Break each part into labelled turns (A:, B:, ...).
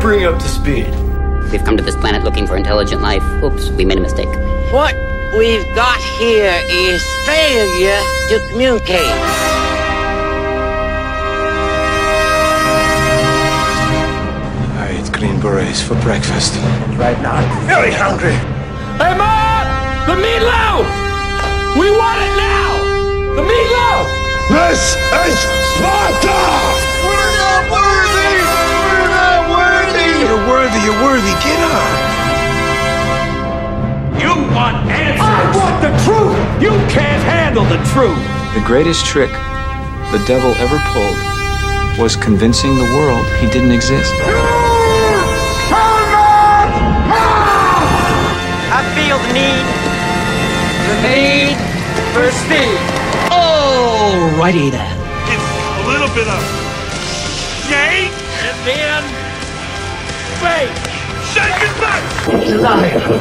A: bring up to speed.
B: We've come to this planet looking for intelligent life. Oops, we made a mistake.
C: What we've got here is failure to communicate.
A: I ate green berets for breakfast.
D: Right now, I'm very hungry.
E: Hey, Mom! The meatloaf! We want it now! The meatloaf!
D: This is Sparta!
A: We're not worthy! We're not worthy!
D: You're worthy, you're worthy. Get up!
E: You want answers!
F: I want the truth!
E: You can't handle the truth!
G: The greatest trick the devil ever pulled was convincing the world he didn't exist.
C: I feel the need. The need for speed. Alrighty then.
F: It's a little bit of shake and then fake. Shake it back!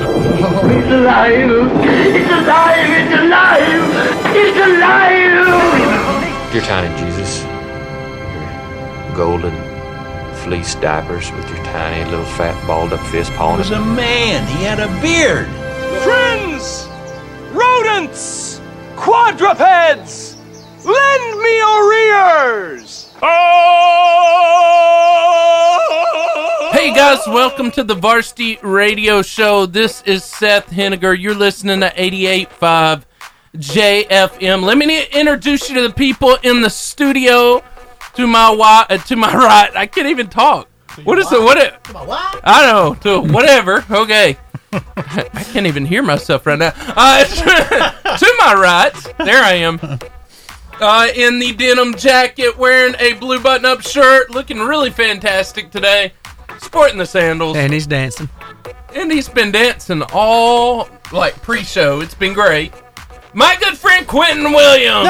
H: Your tiny Jesus. Your golden fleece diapers with your tiny little fat balled up fist pawing at
D: a man. He had a beard.
E: Friends! Rodents! Quadrupeds! Lend me your ears!
I: Oh!
J: Hey guys, welcome to the Varsity Radio Show. This is Seth Henniger. You're listening to 88.5 JFM. Let me introduce you to the people in the studio. To my wi- uh, to my right, I can't even talk. What is it? What it? I don't know. To whatever. Okay. I can't even hear myself right now. Uh, to my right, there I am. Uh, in the denim jacket, wearing a blue button-up shirt, looking really fantastic today. Sporting the sandals,
K: And he's dancing.
J: and he's been dancing all like pre-show. It's been great. My good friend Quentin Williams.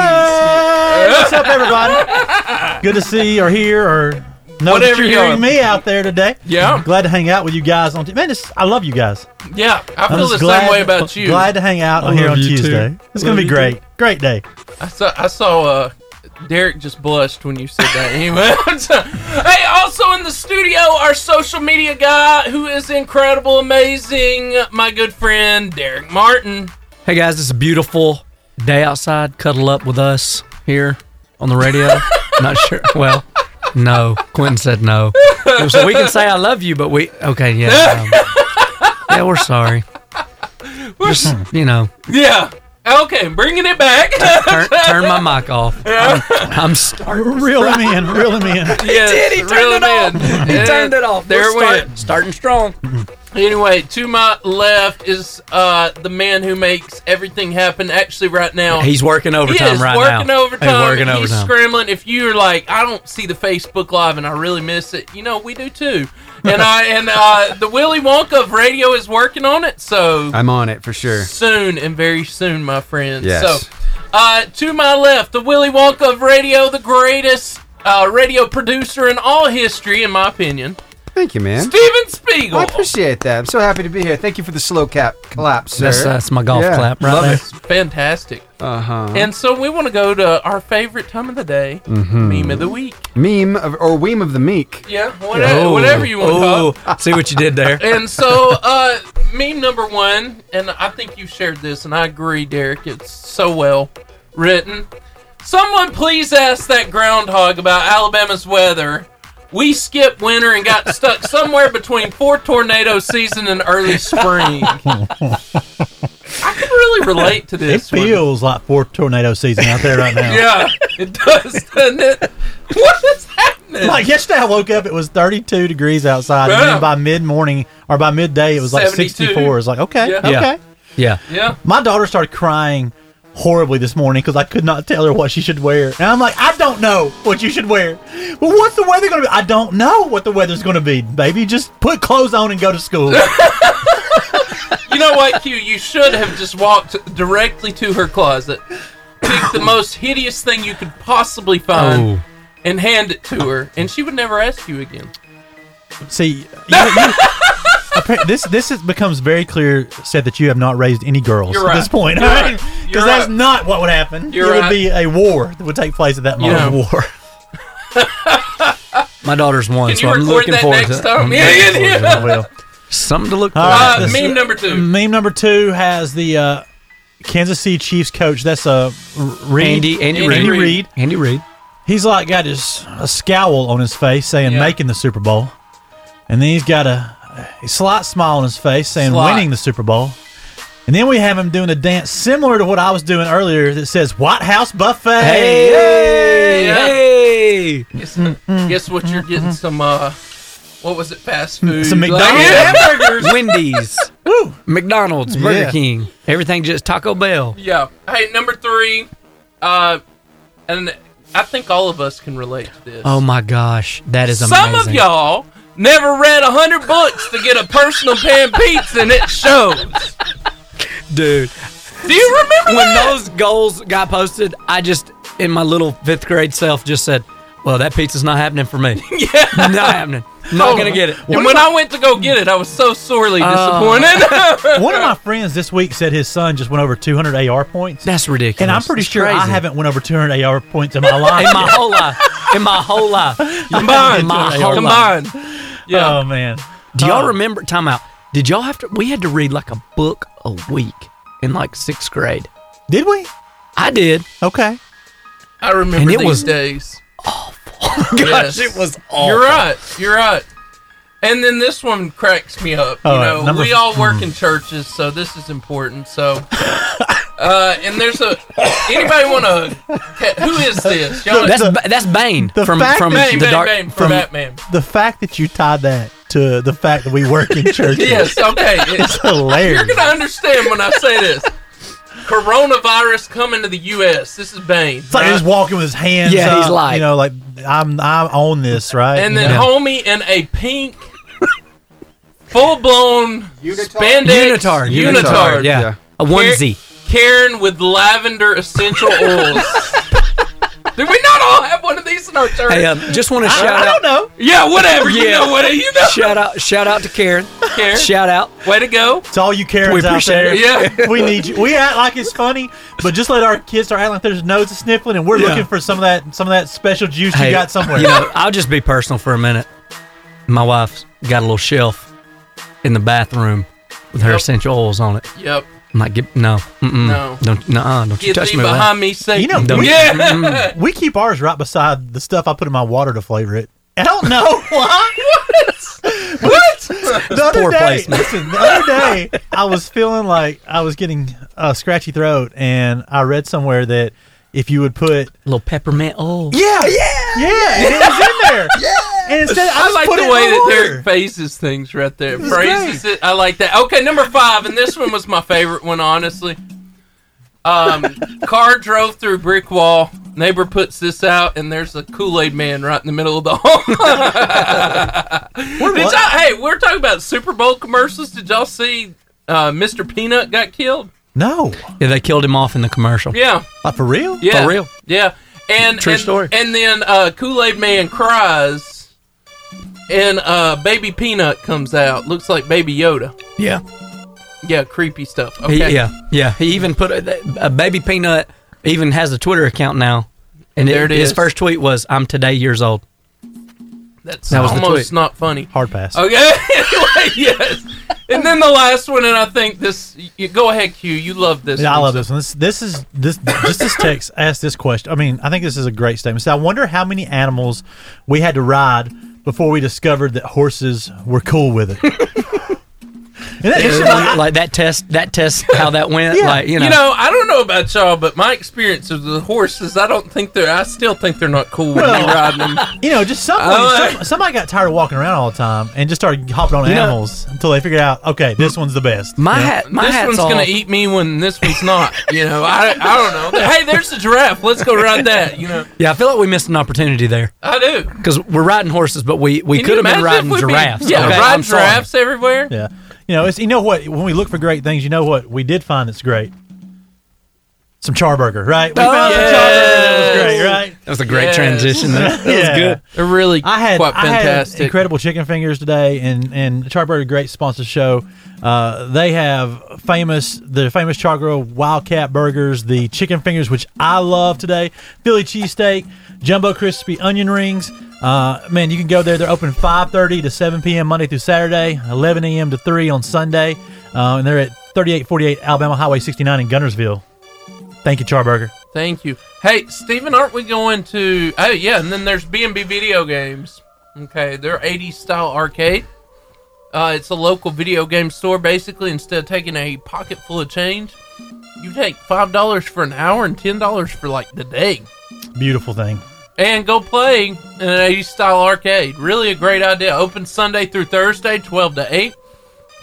K: What's up, everybody? Good to see or hear or know that
J: Whatever
K: you're
J: you are.
K: hearing me out there today.
J: Yeah.
K: Glad to hang out with you guys on. T- Man, this, I love you guys.
J: Yeah, I
K: I'm
J: feel the
K: just glad-
J: same way about you.
K: Glad to hang out here on Tuesday. It's going to be great. Great day.
J: I saw, I saw uh, Derek just blushed when you said that. anyway, hey, also in the studio, our social media guy who is incredible, amazing, my good friend Derek Martin.
I: Hey guys, it's a beautiful day outside. Cuddle up with us here on the radio. Not sure. Well, no. Quentin said no. So we can say I love you, but we okay. Yeah. um, yeah, we're sorry.
J: We're s-
I: Just you know,
J: yeah. Okay, bringing it back.
I: turn, turn my mic off. I'm, I'm starting.
K: Reel him in. Reel him in.
J: yes,
I: did. He turned
J: reel
I: it off.
J: in.
I: He
J: Yeah,
I: turned it off.
J: There it
I: We're
J: went.
I: start- starting strong.
J: Anyway, to my left is uh, the man who makes everything happen. Actually, right now
I: He's working
J: he
I: overtime
J: is
I: right
J: working
I: now.
J: overtime.
I: He's working overtime.
J: He's scrambling. If you're like, I don't see the Facebook Live and I really miss it, you know, we do too. And I and uh, the Willy Wonka of radio is working on it. So
H: I'm on it for sure.
J: soon and very soon, my friend.
H: Yes.
J: So, uh, to my left, the Willy Wonka of radio, the greatest uh, radio producer in all history, in my opinion,
H: Thank you, man.
J: Steven Spiegel.
H: I appreciate that. I'm so happy to be here. Thank you for the slow cap clap, sir.
I: That's that's my golf
H: Yeah.
I: clap right
H: Love
I: there.
H: it.
J: Fantastic.
H: Uh huh.
J: And so we want to go to our favorite time of the day,
H: Mm-hmm.
J: meme of the week.
H: Meme of, or weem of the meek.
J: Yeah, whatever,
H: Oh.
J: whatever you want to call it.
I: Oh, see what you did there.
J: And so, uh, meme number one, and I think you shared this, and I agree, Derek. It's so well written. Someone please ask that groundhog about Alabama's weather. We skipped winter and got stuck somewhere between four tornado season and early spring. I can really relate to
K: It
J: this. one.
K: feels like four tornado season out there right now.
J: Yeah, it does, doesn't it? What is happening?
K: Like yesterday, I woke up. It was 32 degrees outside, and
J: Yeah.
K: then by mid morning or by midday, it was like
J: 72.
K: 64. It's like okay,
J: Yeah.
K: okay.
I: Yeah. Yeah.
J: yeah.
K: My daughter started crying horribly this morning because I could not tell her what she should wear. And I'm like, I don't know what you should wear. Well, what's the weather going to be? I don't know what the weather's going to be, baby. Just put clothes on and go to school.
J: You know what, Q? You should have just walked directly to her closet, picked the most hideous thing you could possibly find,
I: Oh.
J: and hand it to her, and she would never ask you again.
K: See, you, you- appa- this this is, becomes very clear, said that you have not raised any girls
J: You're
K: at
J: right.
K: this point.
J: You're
K: all
J: right.
K: right?
J: You're
K: Because that's
J: right.
K: not what would happen.
J: You're
K: it
J: right.
K: would be a war that would take place at that moment.
J: Yeah.
K: War.
I: My daughter's one,
J: Can
I: so
J: you
I: I'm
J: record
I: looking
J: that
I: forward
J: next
I: to
J: time?
I: I'm
J: Yeah,
I: looking
J: yeah,
I: forward to
J: yeah.
I: it. Well, Something to look for.
K: All right,
J: Uh,
K: this-
J: meme number two.
K: Meme number two has the uh, Kansas City Chiefs coach. That's uh, R- Reed.
I: Andy, Andy,
K: Andy
I: Reid.
K: Reid.
I: Andy Reid.
K: He's like got his a scowl on his face saying
J: Yeah.
K: making the Super Bowl, and then he's got a, a slight smile on his face saying
J: Slight.
K: winning the Super Bowl, and then we have him doing a dance similar to what I was doing earlier that says White House buffet.
I: Hey,
J: Yeah.
I: hey.
J: Guess,
I: Mm-hmm.
J: guess what? You're getting some. uh What was it? Fast
I: Mm,
J: food.
K: Some
J: like-
K: McDonald's.
J: hamburgers.
I: Wendy's, McDonald's, Burger
K: Yeah.
I: King, everything just Taco Bell.
J: Yeah. Hey, number three. Uh, and I think all of us can relate to this.
I: Oh my gosh, that is amazing.
J: Some of y'all never read a hundred books to get a personal pan pizza, and it shows.
I: dude.
J: Do you remember
I: When
J: that?
I: those goals got posted, I just in my little fifth grade self just said, "Well, that pizza's not happening for me. yeah, not happening. Not gonna get it." Uh,
J: And Oh. when I went to go get it, I was so sorely disappointed.
K: One of my friends this week said his son just went over 200 AR points,
I: That's ridiculous.
K: and I'm pretty
I: It's
K: sure I
I: crazy.
K: haven't went over 200 AR points in my life. Oh,
I: in my whole life. In my whole life.
J: Combined.
I: In my whole life.
J: Combined. Yeah.
K: Oh man,
I: Do y'all
K: Oh.
I: remember? Time out. Did y'all have to? We had to read like a book a week in like sixth grade.
K: did we?
I: I did.
K: Okay.
J: I remember
I: And it
J: these
I: was-
J: days.
I: Gosh,
J: Yes.
I: it was awful.
J: You're right. You're right. And then this one cracks me up. You
K: All right,
J: know,
K: number-
J: we all
I: Hmm.
J: work in churches, so this is important. So, uh, and there's a anybody want to? Who is this? Y'all,
I: That's Ba- that's Bane
K: the
I: from
K: fact
I: from
K: that-
J: Bane,
I: the
J: Bane,
I: dark.
J: Bane from
K: from-
J: Batman.
K: The fact that you tied that to the fact that we work in churches
J: Yes. Okay. It's,
K: is hilarious.
J: you're gonna understand when I say this. Coronavirus coming to the U.S. This is Bane.
K: It's like he's walking with his hands.
I: Yeah, he's
K: up,
I: like-
K: you know, like I'm I'm on this, right?
J: and
K: You
J: then
K: know?
J: homie in a pink, full blown spandex
I: Unitard.
J: unitard.
I: Yeah. A onesie.
J: Karen with lavender essential oils. Did we not all have one of these in our church?
I: Hey, um, just want to
K: I,
I: shout
K: I
I: out.
K: don't know.
J: yeah, whatever. You
I: Yeah.
J: know what? You know,
I: Shout out. Shout out to Karen.
J: Karen.
I: Shout out.
J: Way to go.
K: It's all you Karens
I: We
K: out
I: appreciate
K: there.
I: it.
J: Yeah.
K: we need you. We act like it's funny, but just let our kids start acting like there's nose and sniffling, and we're
I: Yeah.
K: looking for some of that some of that special juice you
I: Hey,
K: got somewhere.
I: You know, I'll just be personal for a minute. My wife's got a little shelf in the bathroom with her
J: Yep.
I: essential oils on it.
J: Yep.
I: I'm like, get, no, mm-mm,
J: No.
I: don't, nuh-uh, don't you
J: Get
I: touch
J: thee
I: me. with that.
J: behind me, Satan.
K: You know,
I: Don't- Mm-hmm.
K: we,
J: yeah.
K: we keep ours right beside the stuff I put in my water to flavor it. I don't know why. what? The other
I: poor
K: day,
I: placement.
K: listen, the other day, I was feeling like I was getting a scratchy throat, and I read somewhere that if you would put
I: little peppermint oil.
K: yeah, yeah, yeah, and it was in there. Yeah, and instead, I,
J: I
K: just
J: like
K: put
J: the
K: it in
J: way
K: my
J: that
K: water.
J: Derek phases things right there.
K: was
J: Phrases it. I like that. Okay, number five, and this one was my favorite one, honestly. Um, car drove through brick wall. Neighbor puts this out, and there's a Kool Aid man right in the middle of the home.
K: We're
J: Did
K: what?
J: y'all, hey, we're talking about Super Bowl commercials. Did y'all see uh, Mr. Peanut got killed?
K: No,
I: Yeah, they killed him off in the commercial.
J: Yeah,
K: like for real.
J: yeah,
I: For real.
J: Yeah, and
I: True
J: and,
I: story.
J: And then uh, Kool Aid Man cries, and uh, Baby Peanut comes out. Looks like Baby Yoda.
I: Yeah.
J: Yeah, creepy stuff.
I: He,
J: Okay.
I: Yeah, yeah. He even put a, a baby peanut. Even has a Twitter account now, and
J: There it is.
I: His first tweet was, "I'm today years old."
J: that's
I: That was the
J: almost
I: tweet.
J: not funny.
K: Hard pass.
J: Okay. anyway, yes. And then the last one, and I think this. You, go ahead, Q. You love this.
K: Yeah, I
J: one.
K: love this one. This, this is this just this text asked this question. I mean, I think this is a great statement. So I wonder how many animals we had to ride before we discovered that horses were cool with it. And that- it's just like-
I: like, that test, that test, how that went.
K: Yeah.
I: Like you know,
J: You know, I don't know about y'all, but my experience with the horses, I don't think they're. I still think they're not cool when
K: Well-
J: you ride them.
K: you know, just somebody,
J: I like-
K: some, somebody got tired of walking around all the time and just started hopping on
I: You know-
K: animals until they figured out, okay, this one's the best.
I: my
K: You know?
I: hat, my
J: this
I: hat's
J: one's
I: off.
J: gonna eat me when this one's not. You know, I, I don't know. Hey, there's the giraffe. Let's go ride that. You know,
I: Yeah, I feel like we missed an opportunity there
J: I do.
I: because we're riding horses, but we we
J: Can you
I: could have been
J: imagine
I: riding
J: if we'd
I: giraffes.
J: yeah,
I: okay?
J: riding
I: I'm sorry.
J: giraffes everywhere.
K: Yeah. You know, it's you know what when we look for great things, you know what we did find that's great. Some charburger, right? We
I: Oh,
K: found some charburger that was
J: yes.
K: great, right?
I: That was a great transition there. That was good.
J: They're really
K: I had,
J: quite
K: I had
J: fantastic.
K: incredible chicken fingers today, and and Charburger, great sponsor show. Uh, they have famous the famous Char Grill Wildcat burgers, the chicken fingers, which I love today, Philly cheesesteak, jumbo crispy onion rings. Uh, man, you can go there. They're open 5:30 to 7 p.m. Monday through Saturday, 11 a.m. to 3 on Sunday, uh, and they're at 3848 Alabama Highway 69 in Gunnersville. Thank you, Charburger.
J: Thank you. Hey, Stephen, aren't we going to? Oh yeah, and then there's B&B Video Games. Okay, they're 80s style arcade. Uh, it's a local video game store. Basically, instead of taking a pocket full of change, you take five dollars for an hour and ten dollars for like the day,
K: Beautiful thing.
J: and go play in an 80s style arcade. Really a great idea. Open Sunday through Thursday, 12 to 8.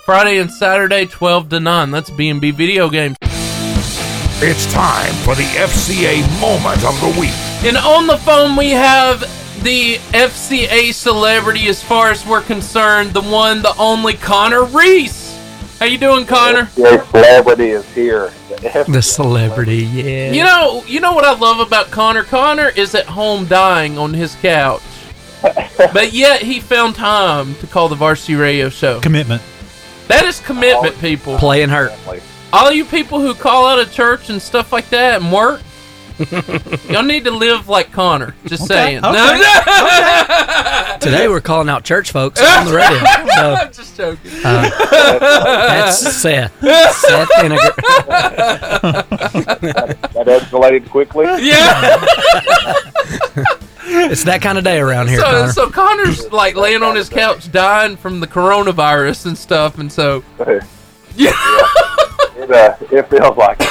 J: Friday and Saturday, 12 to 9. That's B&B Video Games.
L: It's time for the FCA moment of the week.
J: And on the phone, we have the FCA celebrity, as far as we're concerned, the one, the only Connor Reese. How you doing, Connor?
M: Your celebrity is here.
I: The celebrity, yeah.
J: You know, you know what I love about Connor. Connor is at home dying on his couch, but yet he found time to call the Varsity Radio Show.
K: Commitment.
J: That is commitment, people.
I: Playing hurt.
J: All you people who call out of church and stuff like that and work, y'all need to live like Connor. Just saying. No,
I: okay,
J: no.
I: Today we're calling out church folks on the radio. So,
J: I'm just joking.
I: uh, that's Seth. Seth Henniger.
M: That escalated quickly.
J: Yeah.
I: it's that kind of day around here,
J: so,
I: Connor.
J: so Connor's like laying on his couch dying from the coronavirus and stuff, and so
M: It, uh, it feels like it.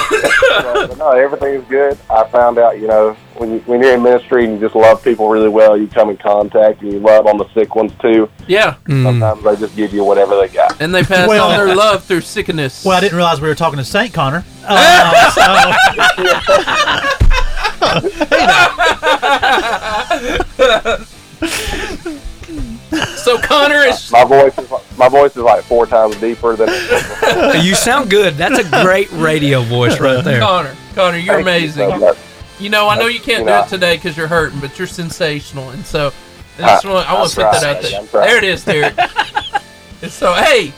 M: So, but no, everything's good. I found out, you know, when, you, when you're in ministry and you just love people really well, you come in contact and you love on the sick ones too.
J: yeah.
K: Mm.
M: Sometimes they just give you whatever they got.
J: And they pass
K: Well-
J: on their love through sickness.
K: Well, I didn't realize we were talking to Saint Connor. Uh, so-
J: so Connor is
M: my voice is like, my voice is like four times deeper than
I: you sound good. That's a great radio voice right there.
J: Connor, Connor, you're
M: Thank you
J: amazing.
M: so
J: You,
M: much.
J: know, I know you can't do
M: Yeah.
J: it today because you're hurting, but you're sensational, and so I
M: Ah,
J: just want I want to
M: that's
J: put
M: right,
J: that out there.
M: that's right.
J: There it is, Derek. and so, hey,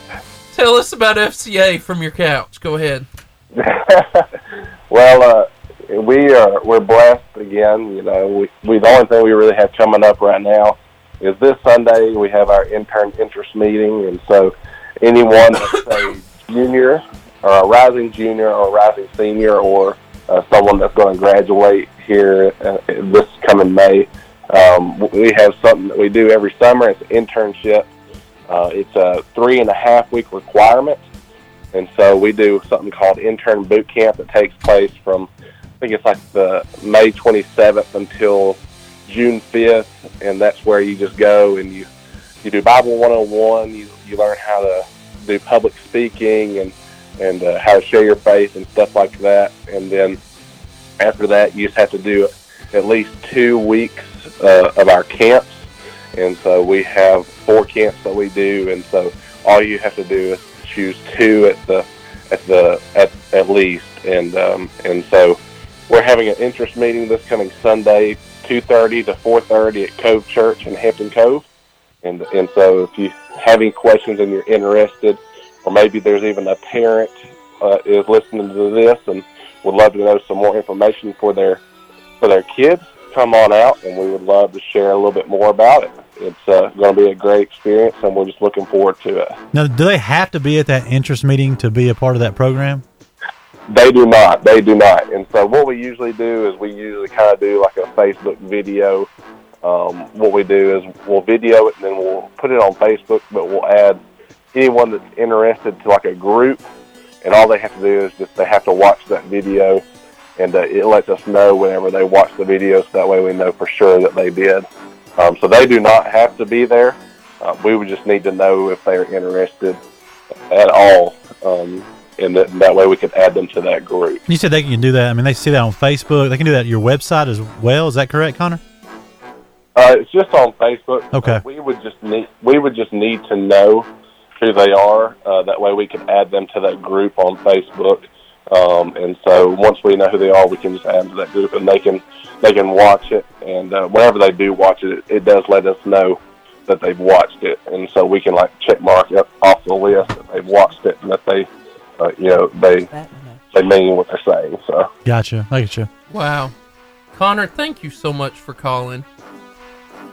J: tell us about FCA from your couch. Go ahead.
M: Well, uh, we are we're blessed again. You know, we, we the only thing we really have coming up right now is this Sunday we have our intern interest meeting, and so anyone that's a junior or a rising junior or a rising senior or uh, someone that's going to graduate here uh, this coming May, um, we have something that we do every summer. It's an internship. Uh, it's a three and a half week requirement. And so we do something called intern boot camp that takes place from, I think it's like the May 27th until June 5th. And that's where you just go and you, you do Bible 101. You, you learn how to do public speaking and, and uh, how to share your faith and stuff like that. And then after that, you just have to do at least two weeks uh, of our camps. And so we have four camps that we do. And so all you have to do is choose two at the at the at, at least and um, and so we're having an interest meeting this coming Sunday, two thirty to four thirty at Cove Church in Hampton Cove, and and so if you have any questions and you're interested, or maybe there's even a parent uh, is listening to this and would love to know some more information for their for their kids, come on out and we would love to share a little bit more about it. It's uh, going to be a great experience, and we're just looking forward to it.
K: Now, do they have to be at that interest meeting to be a part of that program?
M: They do not. They do not. And so what we usually do is we usually kind of do like a Facebook video. Um, what we do is we'll video it and then we'll put it on Facebook, but we'll add anyone that's interested to like a group. And all they have to do is just they have to watch that video, and uh, it lets us know whenever they watch the video, so that way we know for sure that they did. Um, so they do not have to be there. Uh, we would just need to know if they're interested at all, um, and that, that way we could add them to that group.
K: You said they can do that. I mean, they see that on Facebook. They can do that at your website as well. Is that correct, Connor?
M: Uh, it's just on Facebook.
K: Okay.
M: Uh, we would just need we would just need to know who they are. Uh, that way, we can add them to that group on Facebook. Um, and so once we know who they are, we can just add to that group, and they can they can watch it. And uh, whenever they do watch it, it, it does let us know that they've watched it, and so we can like check mark it off the list that they've watched it and that they, uh, you know, they they mean what they're saying. So
K: Gotcha. I get you.
J: Wow. Connor, thank you so much for calling.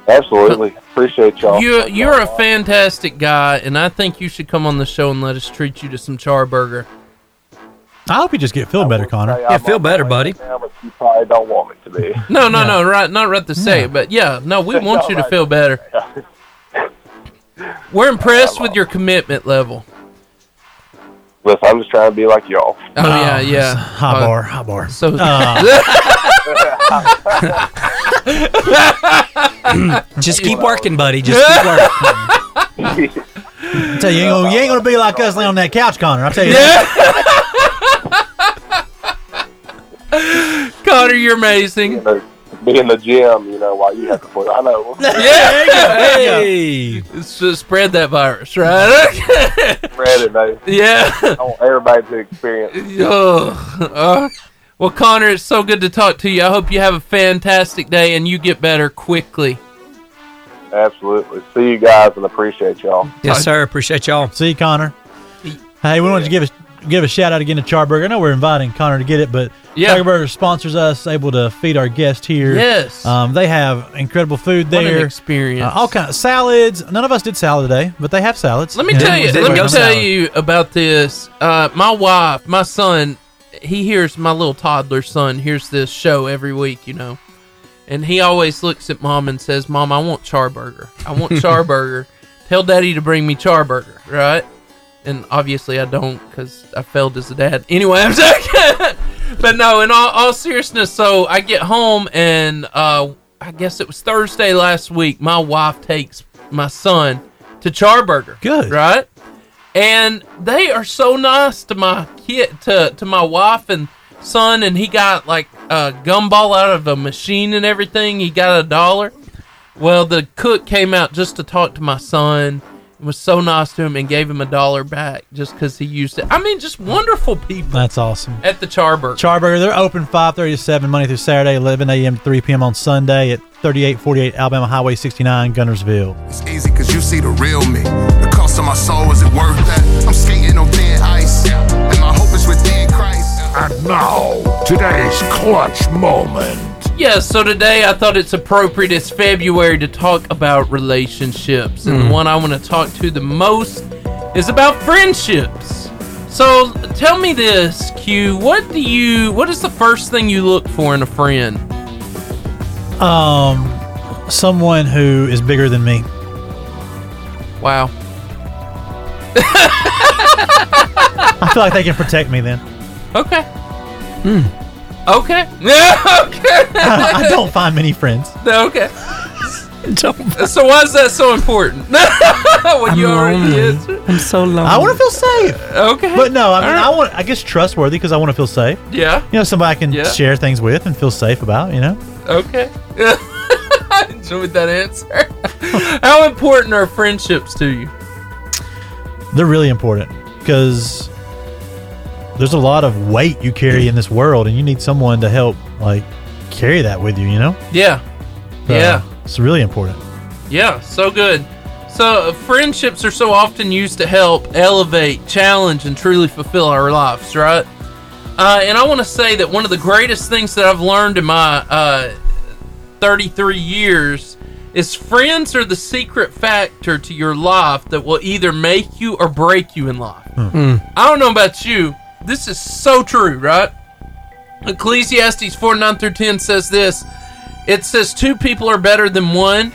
M: absolutely appreciate y'all.
J: You you're a fantastic guy, and I think you should come on the show and let us treat you to some charburger.
K: I hope you just get feeling better, Connor.
J: Yeah, feel better, buddy.
M: you probably don't want me to be.
J: No, no, no, right, not right to say, but yeah, no, we want you to feel better. We're impressed with your commitment level.
M: Listen, I'm just trying to be like y'all.
J: Oh, yeah, yeah.
K: High
J: Uh,
K: bar. High bar.
J: So
K: Ah,
I: Just keep working, buddy. Just keep working.
K: I tell you, you ain't, gonna, you ain't gonna be like us laying on that couch, Connor. I tell you.
J: Connor, you're amazing.
M: Be in, the, be in the gym, you know, while you have to play. I know.
J: Yeah, hey, So spread that virus, right?
M: Spread it, baby.
J: Yeah.
M: I want everybody to experience. it.
J: Ugh. Uh, well, Connor, it's so good to talk to you. I hope you have a fantastic day and you get better quickly.
M: Absolutely. See you guys and appreciate y'all.
I: Yes, sir. Appreciate y'all.
K: See you, Connor. Hey, we wanted to give a give a shout out again to Charburger. I know we're inviting Connor to get it, but
J: Yeah.
K: Charburger sponsors us, able to feed our guests here.
J: Yes.
K: um, they have incredible food
J: What
K: there.
J: an experience.
K: Uh, all kind of salads. None of us did salad today, but they have salads.
J: Let me
K: Yeah.
J: tell you. Let me tell you about this. Uh, my wife, my son, he hears my little toddler son hears this show every week. You know, and he always looks at mom and says, "Mom, I want charburger. I want charburger. Tell daddy to bring me charburger, right?" And obviously, I don't because I failed as a dad. Anyway, I'm sorry. but no, in all, all seriousness, so I get home and uh, I guess it was Thursday last week. My wife takes my son to Charburger. Good, right? And they are so nice to my kid, to to my wife and son, and he got like a gumball out of a machine and everything. He got a dollar. Well, the cook came out just to talk to my son. and Was so nice to him and gave him a dollar back just because he used it. I mean, just wonderful people
K: That's awesome.
J: at the Charburger.
K: Charburger, they're open 5:30 to 7 Monday through Saturday, 11 a.m. to 3 p.m. on Sunday at 3848 Alabama Highway 69, Gunnersville.
N: It's easy cause you see the real me. The cost of my soul, is it worth that? I'm skating on thin ice. And my hope is within Christ.
L: And now, today's clutch moment.
J: Yeah, so today I thought it's appropriate. It's February to talk about relationships. And
I: Mm.
J: the one I want to talk to the most is about friendships. So tell me this, Q. What do you, what is the first thing you look for in a friend?
K: Um, someone who is bigger than me.
J: Wow.
K: I feel like they can protect me then.
J: Okay. Okay. Yeah, okay.
K: I, I don't find many friends.
J: Okay. So why is that so important? when you already is.
I: I'm so lonely.
K: I want to feel safe.
J: Okay.
K: But no, I mean, I want, I guess, trustworthy because I want to feel safe.
J: Yeah.
K: You know, somebody I can
J: Yeah.
K: share things with and feel safe about, you know?
J: Okay. I enjoyed that answer. How important are friendships to you?
K: They're really important because there's a lot of weight you carry in this world and you need someone to help, like, carry that with you, you know?
J: Yeah.
K: So,
J: Yeah.
K: It's really important.
J: Yeah, so good. So, uh, friendships are so often used to help elevate, challenge, and truly fulfill our lives, right? Uh, and I want to say that one of the greatest things that I've learned in my uh, 33 years is friends are the secret factor to your life that will either make you or break you in life. I don't know about you. This is so true, right? Ecclesiastes 4 9 through 10 says this It says, Two people are better than one,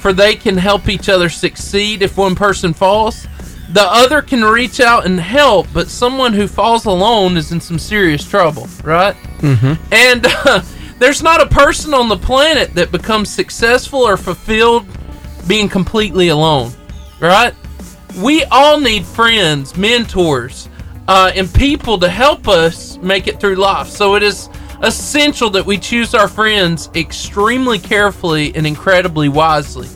J: for they can help each other succeed. If one person falls, the other can reach out and help, but someone who falls alone is in some serious trouble, right?
I: Mm-hmm.
J: And uh, there's not a person on the planet that becomes successful or fulfilled being completely alone, right? We all need friends, mentors, uh, and people to help us make it through life. So it is essential that we choose our friends extremely carefully and incredibly wisely.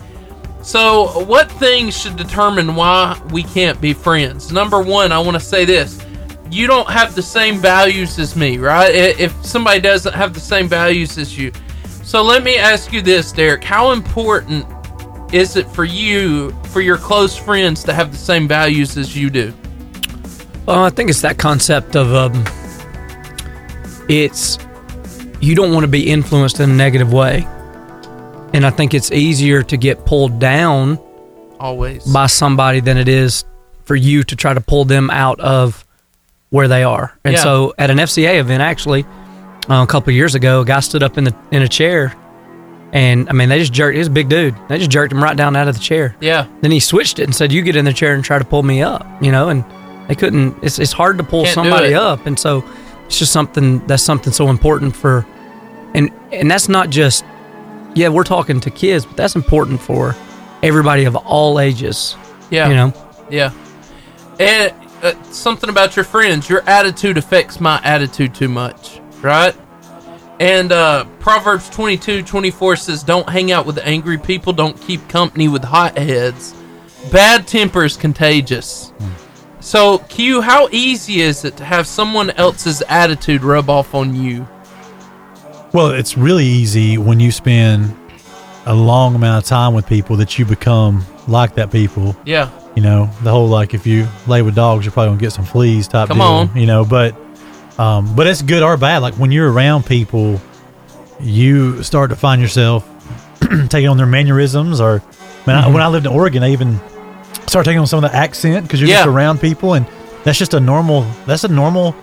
J: So, what things should determine why we can't be friends? Number one, I want to say this you don't have the same values as me, right? I- If somebody doesn't have the same values as you. So let me ask you this, Derek. How important is it for you, for your close friends, to have the same values as you do?
I: Well, I think it's that concept of um, it's you don't want to be influenced in a negative way, and I think it's easier to get pulled down
J: Always.
I: by somebody than it is for you to try to pull them out of where they are. And
J: Yeah.
I: so, at an FCA event, actually, uh, a couple of years ago, a guy stood up in the in a chair, and I mean, they just jerked. He was a big dude. They just jerked him right down out of the chair.
J: Yeah.
I: Then he switched it and said, "You get in the chair and try to pull me up," you know. And they couldn't. It's it's hard to pull
J: Can't do
I: somebody
J: it.
I: up, and so it's just something that's something so important for, and and that's not just, yeah, we're talking to kids, but that's important for everybody of all ages.
J: Yeah.
I: you know.
J: Yeah. And uh, something about your friends, your attitude affects my attitude too much, right? And uh, Proverbs 22 24 says, Don't hang out with angry people, don't keep company with hotheads. Bad temper is contagious.
I: Hmm.
J: So, Q, how easy is it to have someone else's attitude rub off on you?
K: Well, it's really easy when you spend a long amount of time with people that you become like that people.
J: Yeah.
K: You know, the whole like if you lay with dogs, you're probably gonna get some fleas type
J: Come
K: deal.
J: on.
K: You know, but um, but it's good or bad. Like when you're around people, you start to find yourself taking on their mannerisms. Or man, I,
J: Mm-hmm.
O: Mhm.
K: when I lived in Oregon, I even started taking on some of the accent because you're just
O: Yeah.
K: around people, and that's just a normal. That's a normal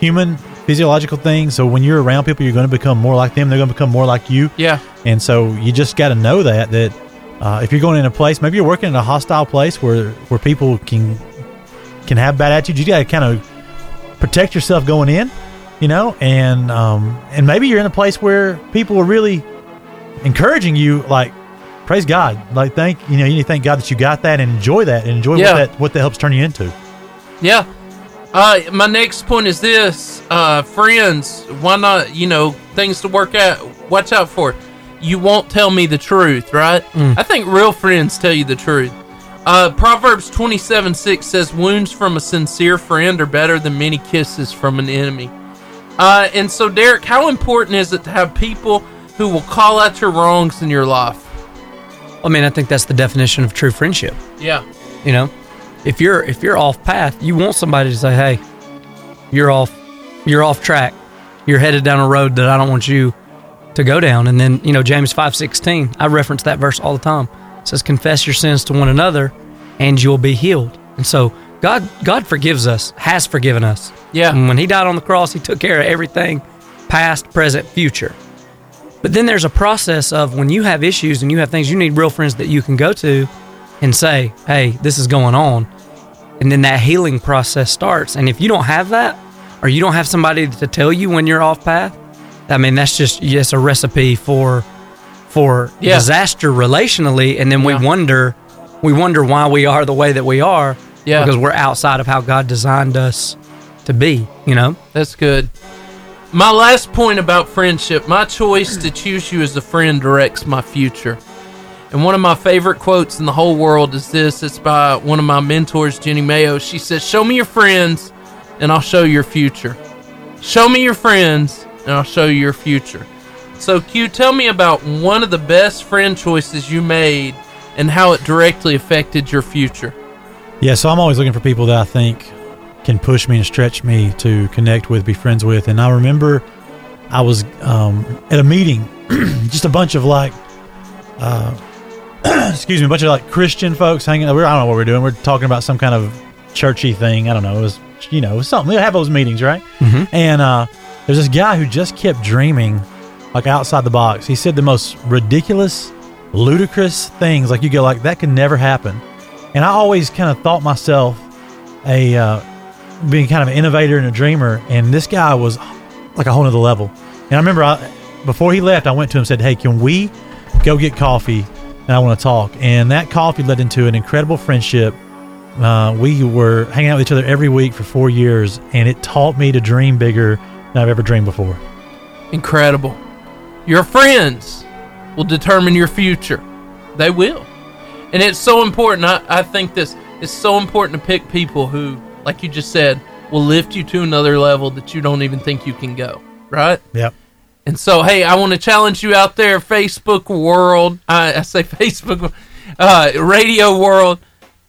K: human physiological thing. So when you're around people, you're going to become more like them. They're going to become more like you.
J: Yeah.
K: And so you just got to know that that uh, if you're going in a place, maybe you're working in a hostile place where where people can can have bad attitudes. You got to kind of protect yourself going in, you know. And um, and maybe you're in a place where people are really encouraging you, like praise God, like thank you know you need to thank God that you got that and enjoy that and enjoy
J: Yeah.
K: what that what that helps turn you into.
J: Yeah. Uh, my next point is this: uh, friends, why not? You know, things to work out. Watch out for. You won't tell me the truth, right?
I: Mm.
J: I think real friends tell you the truth. Uh, Proverbs twenty-seven six says, "Wounds from a sincere friend are better than many kisses from an enemy." Uh, and so, Derek, how important is it to have people who will call out your wrongs in your life?
I: I mean, I think that's the definition of true friendship.
J: Yeah.
I: You know, if you're if you're off path, you want somebody to say, "Hey, you're off, you're off track. You're headed down a road that I don't want you to go down." And then you know James five sixteen, I reference that verse all the time. It says, "Confess your sins to one another, and you'll be healed." And so God God forgives us, has forgiven us.
J: Yeah.
I: And when He died on the cross, He took care of everything, past, present, future. But then there's a process of when you have issues and you have things, you need real friends that you can go to and say, hey, this is going on. And then that healing process starts. And if you don't have that, or you don't have somebody to tell you when you're off path, I mean, that's just yes, a recipe for for
J: Yeah.
I: disaster relationally. And then we wonder, we wonder why we are the way that we are,
J: Yeah.
I: because we're outside of how God designed us to be. You know,
J: that's good. My last point about friendship my choice to choose you as a friend directs my future. And one of my favorite quotes in the whole world is this it's by one of my mentors, Jenny Mayo. She says, Show me your friends, and I'll show your future. Show me your friends, and I'll show you your future. So, Q, tell me about one of the best friend choices you made and how it directly affected your future.
K: Yeah, so I'm always looking for people that I think can push me and stretch me to connect with, be friends with. And I remember I was um, at a meeting, just a bunch of like, uh, excuse me, a bunch of like Christian folks hanging. We were, I don't know what we are doing. We are talking about some kind of churchy thing. I don't know. It was you know it was something. They have those meetings, right?
I: Mhm.
K: And uh, there's this guy who just kept dreaming, like outside the box. He said the most ridiculous, ludicrous things. Like you go like that could never happen. And I always kind of thought myself a uh, being kind of an innovator and a dreamer. And this guy was like a whole nother level. And I remember I, before he left, I went to him and said, Hey, can we go get coffee? And I want to talk. And that coffee led into an incredible friendship. Uh, we were hanging out with each other every week for four years, and it taught me to dream bigger than I've ever dreamed before.
J: Incredible. Your friends will determine your future. They will. And it's so important. I, I think this it's so important to pick people who, like you just said, will lift you to another level that you don't even think you can go. Right?
K: Yep.
J: And so, hey, I want to challenge you out there, Facebook world. I, I say Facebook, uh, radio world.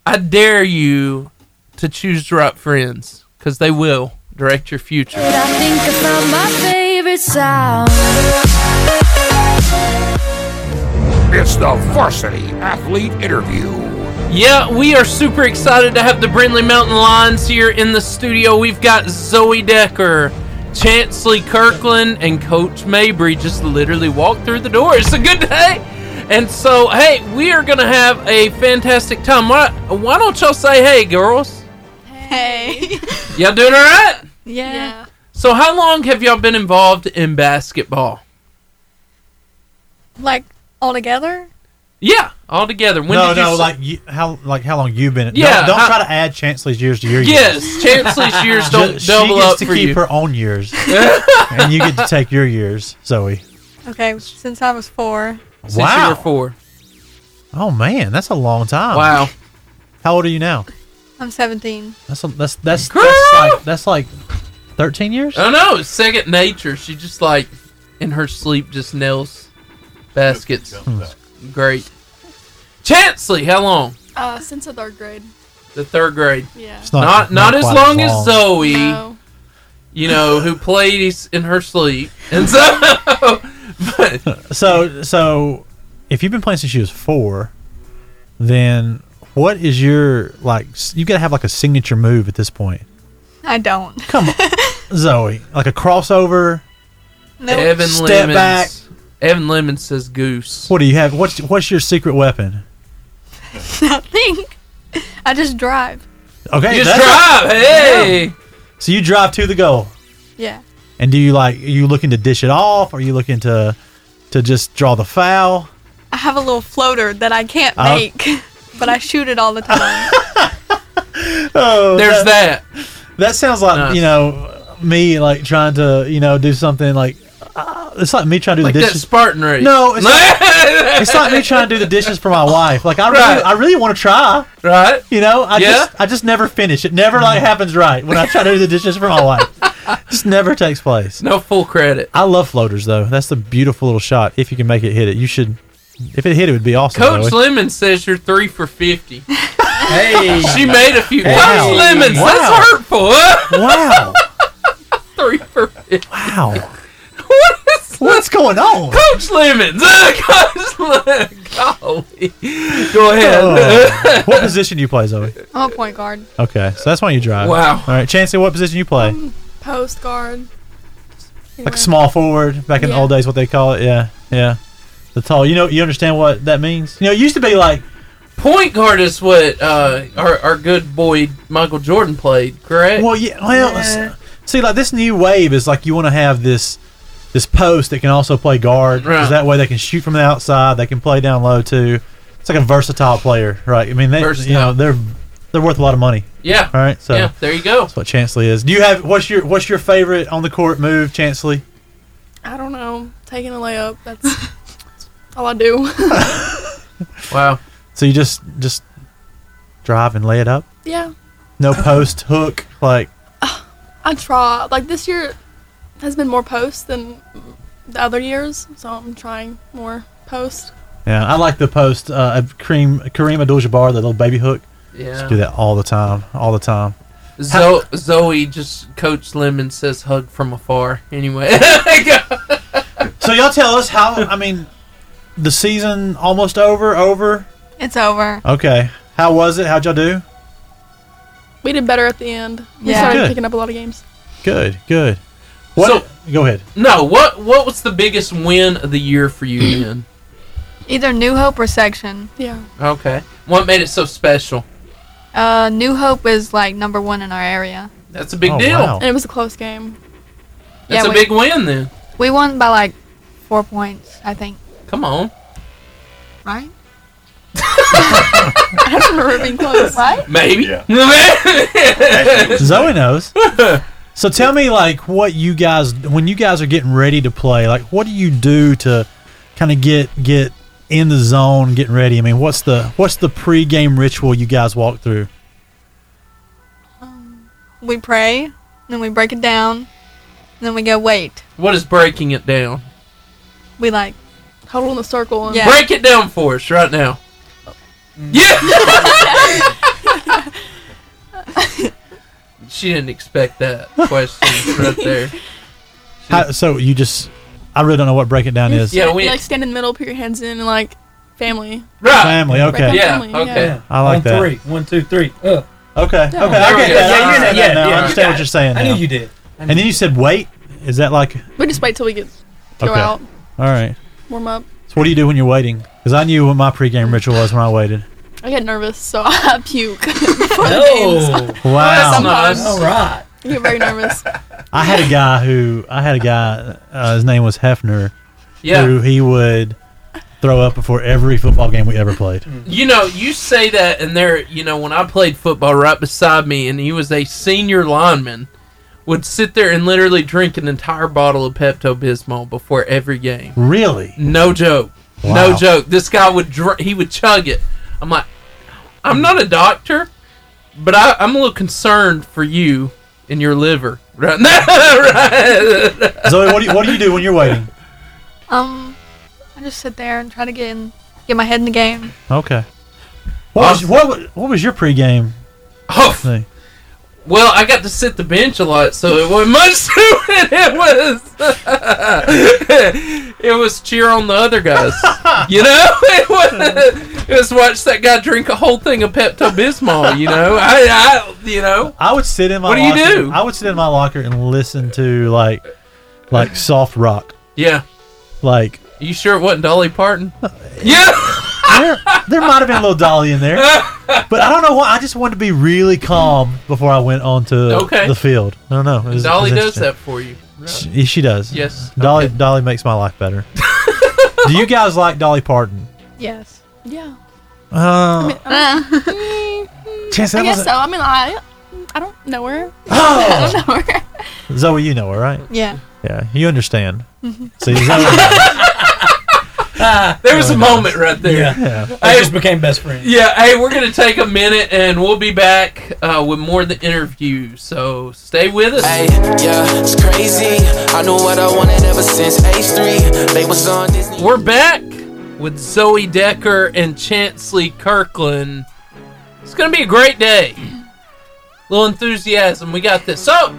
J: I dare you to choose the right friends because they will direct your future.
O: I think I found my favorite sound.
L: It's the varsity athlete interview.
J: Yeah, we are super excited to have the Brindley Mountain Lions here in the studio. We've got Zoe Decker, Chansley Kirkland, and Coach Mabry just literally walked through the door. It's a good day. And so, hey, we are going to have a fantastic time. Why, why don't y'all say, hey, girls?
P: Hey.
J: Y'all doing all right?
P: Yeah.
J: So, how long have y'all been involved in basketball?
P: Like all together?
J: Yeah, all together. When
K: no,
J: did you
K: no,
J: s-
K: like you, how, like how long you've been?
J: Yeah,
K: don't, don't
J: how-
K: try to add Chancellor's years to your
J: Yes,
K: years.
J: Chancellor's years don't
K: Ju-
J: double
K: she gets
J: up
K: to
J: for
K: keep
J: you.
K: her own years, and you get to take your years, Zoe.
P: Okay, since I was four.
K: Since you Wow. Oh, were
J: four.
K: Oh man, that's a long time.
J: Wow.
K: How old are you now?
P: I'm 17.
K: That's a, that's that's that's like that's like thirteen years.
J: I don't know. It's second nature. She just like in her sleep just nails baskets. Great. Chansley, how long?
P: Uh, since the third grade.
J: The third grade.
P: Yeah.
J: Not
P: It's
J: not,
P: not- not
J: as
P: quite
J: long
P: as
J: as
P: long.
J: Zoe.
P: No.
J: You know who plays in her sleep, and so
K: So so, if you've been playing since you was four, then what is your like? s- You got to have like a signature move at this point,
P: I don't.
K: Come on. Zoe. Like a crossover.
P: Nope.
J: Evan
K: Step
J: Lemons.
K: back.
J: Evan Lemons says goose.
K: What do you have? What's what's your secret weapon?
P: Nothing. I just drive.
K: Okay,
J: You just
K: that's-
J: drive, hey!
K: Yeah. So you drive to the goal,
P: Yeah.
K: and do you like? Are you looking to dish it off? Or are you looking to to just draw the foul?
P: I have a little floater that I can't
K: Oh.
P: make, but I shoot it all the time.
K: Oh,
J: There's that.
K: That sounds like you know me like trying to you know do something like uh, it's like me trying to do
J: Like
K: the
J: that
K: dishes.
J: Spartan race.
K: No, it's like, it's like me trying to do the dishes for my wife. Like I really,
J: Right.
K: I really want to try.
J: Right.
K: You know, I
J: Yeah.
K: just, I just never finish. It never like happens right when I try to do the dishes for my wife. just never takes place.
J: No full credit.
K: I love floaters though. That's the beautiful little shot. If you can make it hit it, you should. If it hit, it would be awesome.
J: Coach
K: Zoe.
J: Lemon says you're three for fifty.
K: Hey.
J: she made a few.
K: Wow.
J: Coach Lemons,
K: Wow.
J: that's hurtful.
K: wow,
J: three for fifty.
K: wow.
J: What is
K: What's going on?
J: Coach Lemons. Coach Lemons. Golly. Go ahead.
K: Oh. what position do you play, Zoe?
P: I'm a point guard.
K: Okay, so that's why you drive.
J: Wow.
K: All right, Chancey, what position you play?
P: Post guard.
K: like a small forward back in the
P: Yeah.
K: old days what they call it yeah yeah the tall you know you understand what that means you know it used to be like
J: Point guard is what uh, our our good boy Michael Jordan played, correct?
K: well yeah well s- see like this new wave is like you want to have this this post that can also play guard 'cause
J: Right.
K: that way they can shoot from the outside they can play down low too it's like a versatile player right i mean they you know they're they're worth a lot of money
J: Yeah.
K: all right so
J: yeah. There you go.
K: that's what Chansley is. Do you have what's your what's your favorite on the court move, Chansley?
P: I don't know. Taking a layup. That's all I do.
J: Wow.
K: So you just just drive and lay it up.
P: yeah.
K: No post hook like
P: I try. Like this year has been more posts than the other years, so I'm trying more posts.
K: Yeah, I like the post uh, of Kareem Kareem Abdul-Jabbar, the little baby hook.
J: Yeah.
K: Just do that all the time, all the time.
J: Zo- Zoe just Coach Lemon says hug from afar. Anyway.
K: So y'all tell us how. I mean, the season almost over. Over.
P: It's over.
K: Okay. How was it? How'd y'all do?
P: We did better at the end. We
K: Yeah.
P: started
K: Good.
P: picking up a lot of games.
K: Good. Good. What? go ahead.
J: no. What What was the biggest win of the year for you, man?
Q: Either New Hope or Section.
P: Yeah.
J: Okay. What made it so special?
Q: Uh, New Hope is like number one in our area.
J: That's a
K: Oh,
J: big deal.
P: And it was a close game.
J: That's
Q: Yeah,
J: a
Q: we-
J: big win then.
Q: We won by like four points, I think.
J: Come on.
Q: Right?
P: I don't remember being close.
Q: Right?
J: Maybe.
K: Zoe knows. So tell me, like, what you guys when you guys are getting ready to play, like, what do you do to kind of get get in the zone, getting ready? I mean, what's the what's the pregame ritual you guys walk through?
Q: we pray, and then we break it down, and then we go wait.
J: What is breaking it down?
Q: We like
P: huddle in a circle. And
J: Break it down for us right now. Yeah. she didn't expect that question right there.
K: How, so you just, I really don't know what break it down is.
J: Yeah, we-
P: you, like stand in the middle, put your hands in, and like family.
J: Right.
K: Family, okay.
P: Yeah, family, okay. yeah.
K: I
R: One,
K: like that.
R: Three. One, two, three. Up.
K: Okay.
R: Down.
K: Okay, I
R: There we
K: get
R: go.
K: that. I
R: Yeah,
K: understand
R: you
K: that
R: did.
K: now.
R: Yeah,
K: I
R: yeah.
K: understand
R: I
K: what you're saying.
R: knew
K: now.
R: you did.
K: And then you said wait. Is that like
P: We just wait till we get go
K: Okay.
P: out,
K: all right?
P: warm up.
K: So what do you do when you're waiting? Because I knew what my pregame ritual was when I waited.
P: I get nervous, so I puke. before the games.
K: Oh, wow!
P: Sometimes.
R: All right.
P: I get very nervous.
K: I had a guy who I had a guy. Uh, his name was Hefner.
J: Yeah.
K: Who he would throw up before every football game we ever played.
J: You know, you say that, and there, you know, when I played football right beside me, and he was a senior lineman, would sit there and literally drink an entire bottle of Pepto Bismol before every game.
K: Really?
J: No joke.
K: Wow.
J: No joke. This guy would dr- he would chug it. I'm like, I'm not a doctor, but I, I'm a little concerned for you and your liver. Right now, right?
K: Zoe, what do you, what do you do when you're waiting?
Q: Um, I just sit there and try to get in, get my head in the game.
K: Okay. What was, what wa- what was your pregame?
J: Oh.
K: Thing?
J: Well, I got to sit the bench a lot, so it wasn't much to it. It was, it was cheer on the other guys. You know, it was, it was watch that guy drink a whole thing of Pepto Bismol. You know, I, I, you know,
K: I would sit in my
J: What do you
K: locker-
J: do?
K: I would sit in my locker and listen to like like soft rock.
J: yeah.
K: Like
J: You sure it wasn't Dolly Parton? yeah.
K: there, there might have been a little dolly in there, but I don't know why. I just wanted to be really calm before I went onto
J: Okay.
K: the field. I don't know. It was-
J: Dolly
K: it was
J: does
K: interesting.
J: that for you.
K: She, yeah, she does.
J: Yes,
K: Dolly Dolly makes my life better. Do you guys like Dolly Parton?
Q: Yes. Yeah.
K: Uh, Chance,
P: I
K: that
P: guess
K: wasn't.
P: so. I mean, I, I don't know her.
K: Oh!
P: I don't know her.
K: Zoe, you know her, right?
P: Yeah.
K: Yeah, you understand.
P: Mhm.
K: See, Zoe,
J: There was a moment right there.
K: Oh Yeah.
R: I just became best friends.
J: Yeah, hey, we're going to take a minute and we'll be back uh, with more of the interview. So stay with us. Hey, yeah, it's crazy. I knew what I wanted ever since H3. They was on Disney. We're back with Zoe Decker and Chansley Kirkland. It's going to be a great day. little enthusiasm. We got this. So,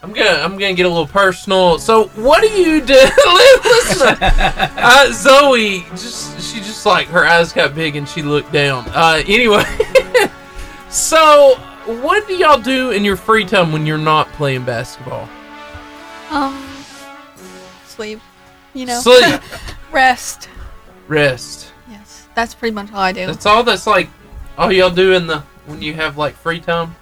J: I'm going to I'm going to get a little personal. So, what do you do? Listen. uh, Zoe just she just like her eyes got big and she looked down. Uh, anyway, so what do y'all do in your free time when you're not playing basketball?
Q: Um, sleep. You know.
J: Sleep.
Q: Rest.
J: Rest.
Q: Yes. That's pretty much all I do.
J: That's all. That's like all y'all do in the when you have like free time.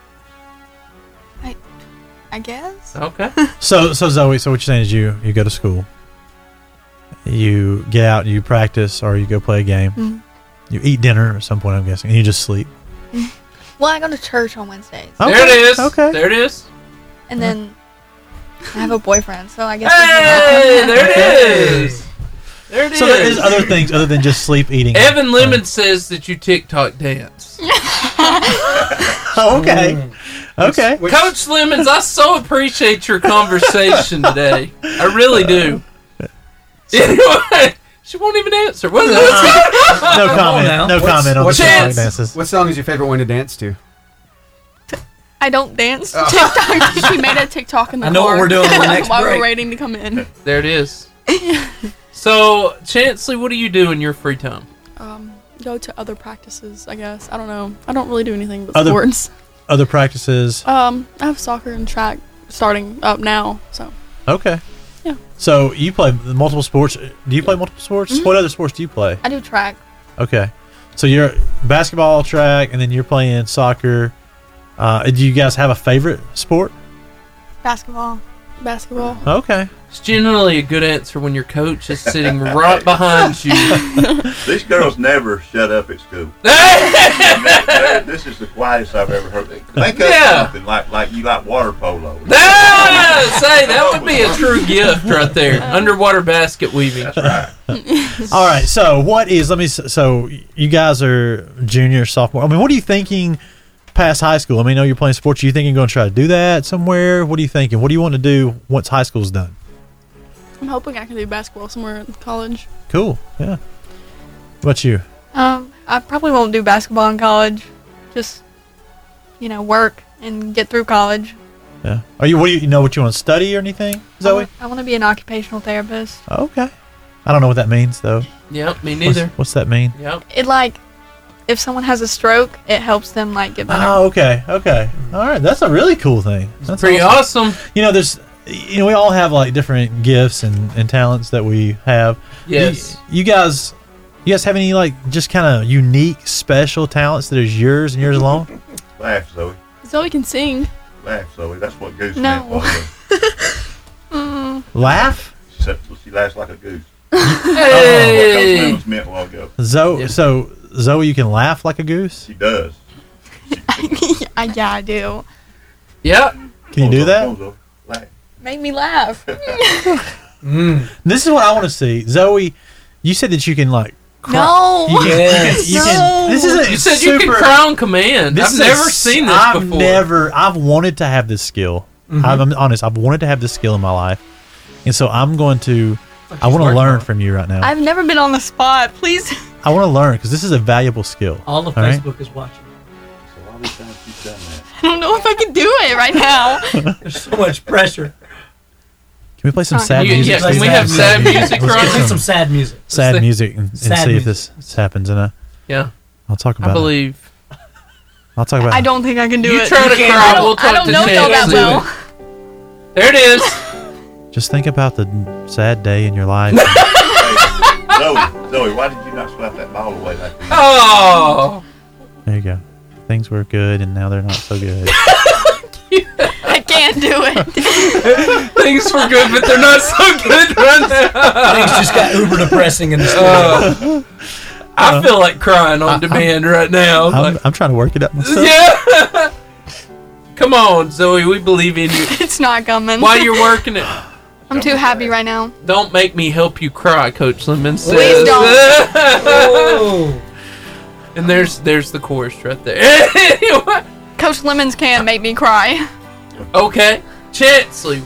Q: I guess.
J: Okay.
K: so so Zoe, so what you're saying is you you go to school, you get out, you practice, or you go play a game,
Q: Mhm.
P: Mm-hmm.
K: you eat dinner at some point, I'm guessing, and you just sleep.
Q: Well, I go to church on Wednesdays.
J: There it is. Okay. There it is.
Q: And then I have a boyfriend, so I guess.
J: Hey, there it is. There it is.
K: So there is other things other than just sleep eating.
J: Evan Lemon says that you TikTok dance.
K: Oh, okay.
J: Mm.
K: Okay.
J: Coach Lemons, I so appreciate your conversation today. I really do. Anyway, she won't even answer. What- what's going on? Chance.
S: What song is your favorite one to dance to?
P: I don't dance to TikTok. she made a TikTok in the
S: I know what
P: car
S: we're doing on the next
P: while
J: break.
P: we're waiting to come in.
J: There it is. So, Chansley, what do you do in your free time?
P: Um, go to other practices, I guess. I don't know. I don't really do anything but
K: Other
P: sports.
K: other practices.
P: Um, I have soccer and track starting up now, so
K: Okay.
P: Yeah.
K: So you play multiple sports. Do you play multiple sports?
Q: Mhm.
K: What other sports do you play?
Q: I do track.
K: Okay. So you're basketball, track, and then you're playing soccer. Uh, do you guys have a favorite sport?
Q: Basketball.
P: Basketball.
K: Okay.
J: It's generally a good answer when your coach is sitting right behind you.
T: These girls never shut up at school. They're- this is the quietest I've ever heard. Think of
J: Yeah.
T: something like like you like water polo.
J: Ah, say that would be a true gift right there. Underwater basket weaving. That's right.
K: All right. So what is? Let me. s- So you guys are junior, sophomore. I mean, what are you thinking past high school? I mean, I know you're playing sports. Are you thinking you're going to try to do that somewhere? What are you thinking? What do you want to do once high school's done?
P: I'm hoping I can do basketball somewhere in college.
K: Cool. Yeah. What about you?
Q: Um, I probably won't do basketball in college. Just, you know, work and get through college.
K: Yeah. Are you? What do you, you know? What you want to study or anything,
P: Uh,
K: Zoe?
Q: I want to be an occupational therapist.
K: Okay. I don't know what that means though.
J: Yep, me
K: What's-
J: neither.
K: What's, that mean?
J: Yep.
Q: It like, if someone has a stroke, it helps them like get better.
K: Oh, okay, okay. All right, that's a really cool thing. That's
J: pretty
K: awesome. You know, there's, you know, we all have like different gifts and, and talents that we have.
J: Yes.
K: You, you guys, you guys have any like just kind of unique, special talents that is yours and yours alone?
T: Laugh, Zoe.
P: Zoe can sing.
T: Laugh, Zoe. That's what goose
P: No.
T: meant. by the way.
K: Laugh.
T: Except she laughs like a goose.
J: Hey!
T: That was meant a while ago.
K: Zoe, so Zoe, you can laugh like a goose.
T: She does.
Q: I, yeah, I do.
J: Yeah.
K: Can you do that?
Q: Make me laugh.
K: Mm. This is what I want to see, Zoe. You said that you can like. cr-
Q: No.
K: You can-
J: Yes.
K: you can- this is a
J: You said you can
K: super-
J: crown command. I've
K: is
J: never
K: a s-
J: seen this
K: I've
J: before.
K: Never. I've wanted to have this skill.
J: Mhm.
K: I'm, I'm honest. I've wanted to have this skill in my life, and so I'm going to. I want to learn from you right now. i
Q: I've never been on the spot. Please.
K: want to learn because this is a valuable skill.
R: All of
K: all right?
R: Facebook is watching.
Q: I don't know if I can do it right now.
R: There's so much pressure.
K: Can we play some
R: Fine.
K: sad
R: Yeah,
K: music?
R: yeah, can
K: please?
R: we have sad music,
K: Let's
R: Ron?
K: get
R: Some sad music.
K: Sad
R: Let's-
K: music and, and
R: sad
K: see if this, this happens. And I,
J: Yeah.
K: I'll talk about.
J: I believe.
K: It. I'll talk about.
Q: I don't think I can do
J: You
Q: it.
J: try to
Q: I
J: cry,
Q: don't-
J: we'll talk
Q: I don't
J: to
Q: know y'all
J: Jay.
Q: that
J: Let's do
Q: well.
J: There it is.
K: it. Just think about the sad day in your life.
T: Zoe, Zoe, why did you not slap that ball away like that?
J: Oh.
K: there you go. Things were good, and now they're not so good.
Q: I can't do it.
J: Things were good, but they're not so good right now.
R: Things just got uber depressing in the studio.
J: Uh, I feel like crying on demand right now.
K: I'm,
J: Like,
K: I'm trying to work it up myself.
J: yeah. Come on, Zoe. We believe in you.
Q: it's not coming.
J: While you're working it,
Q: I'm too happy right now.
J: don't make me help you cry, Coach Lemon says.
Q: Please don't. Oh.
J: And there's there's the chorus right there.
Q: Coach Lemons can't make me cry.
J: okay, Chansley,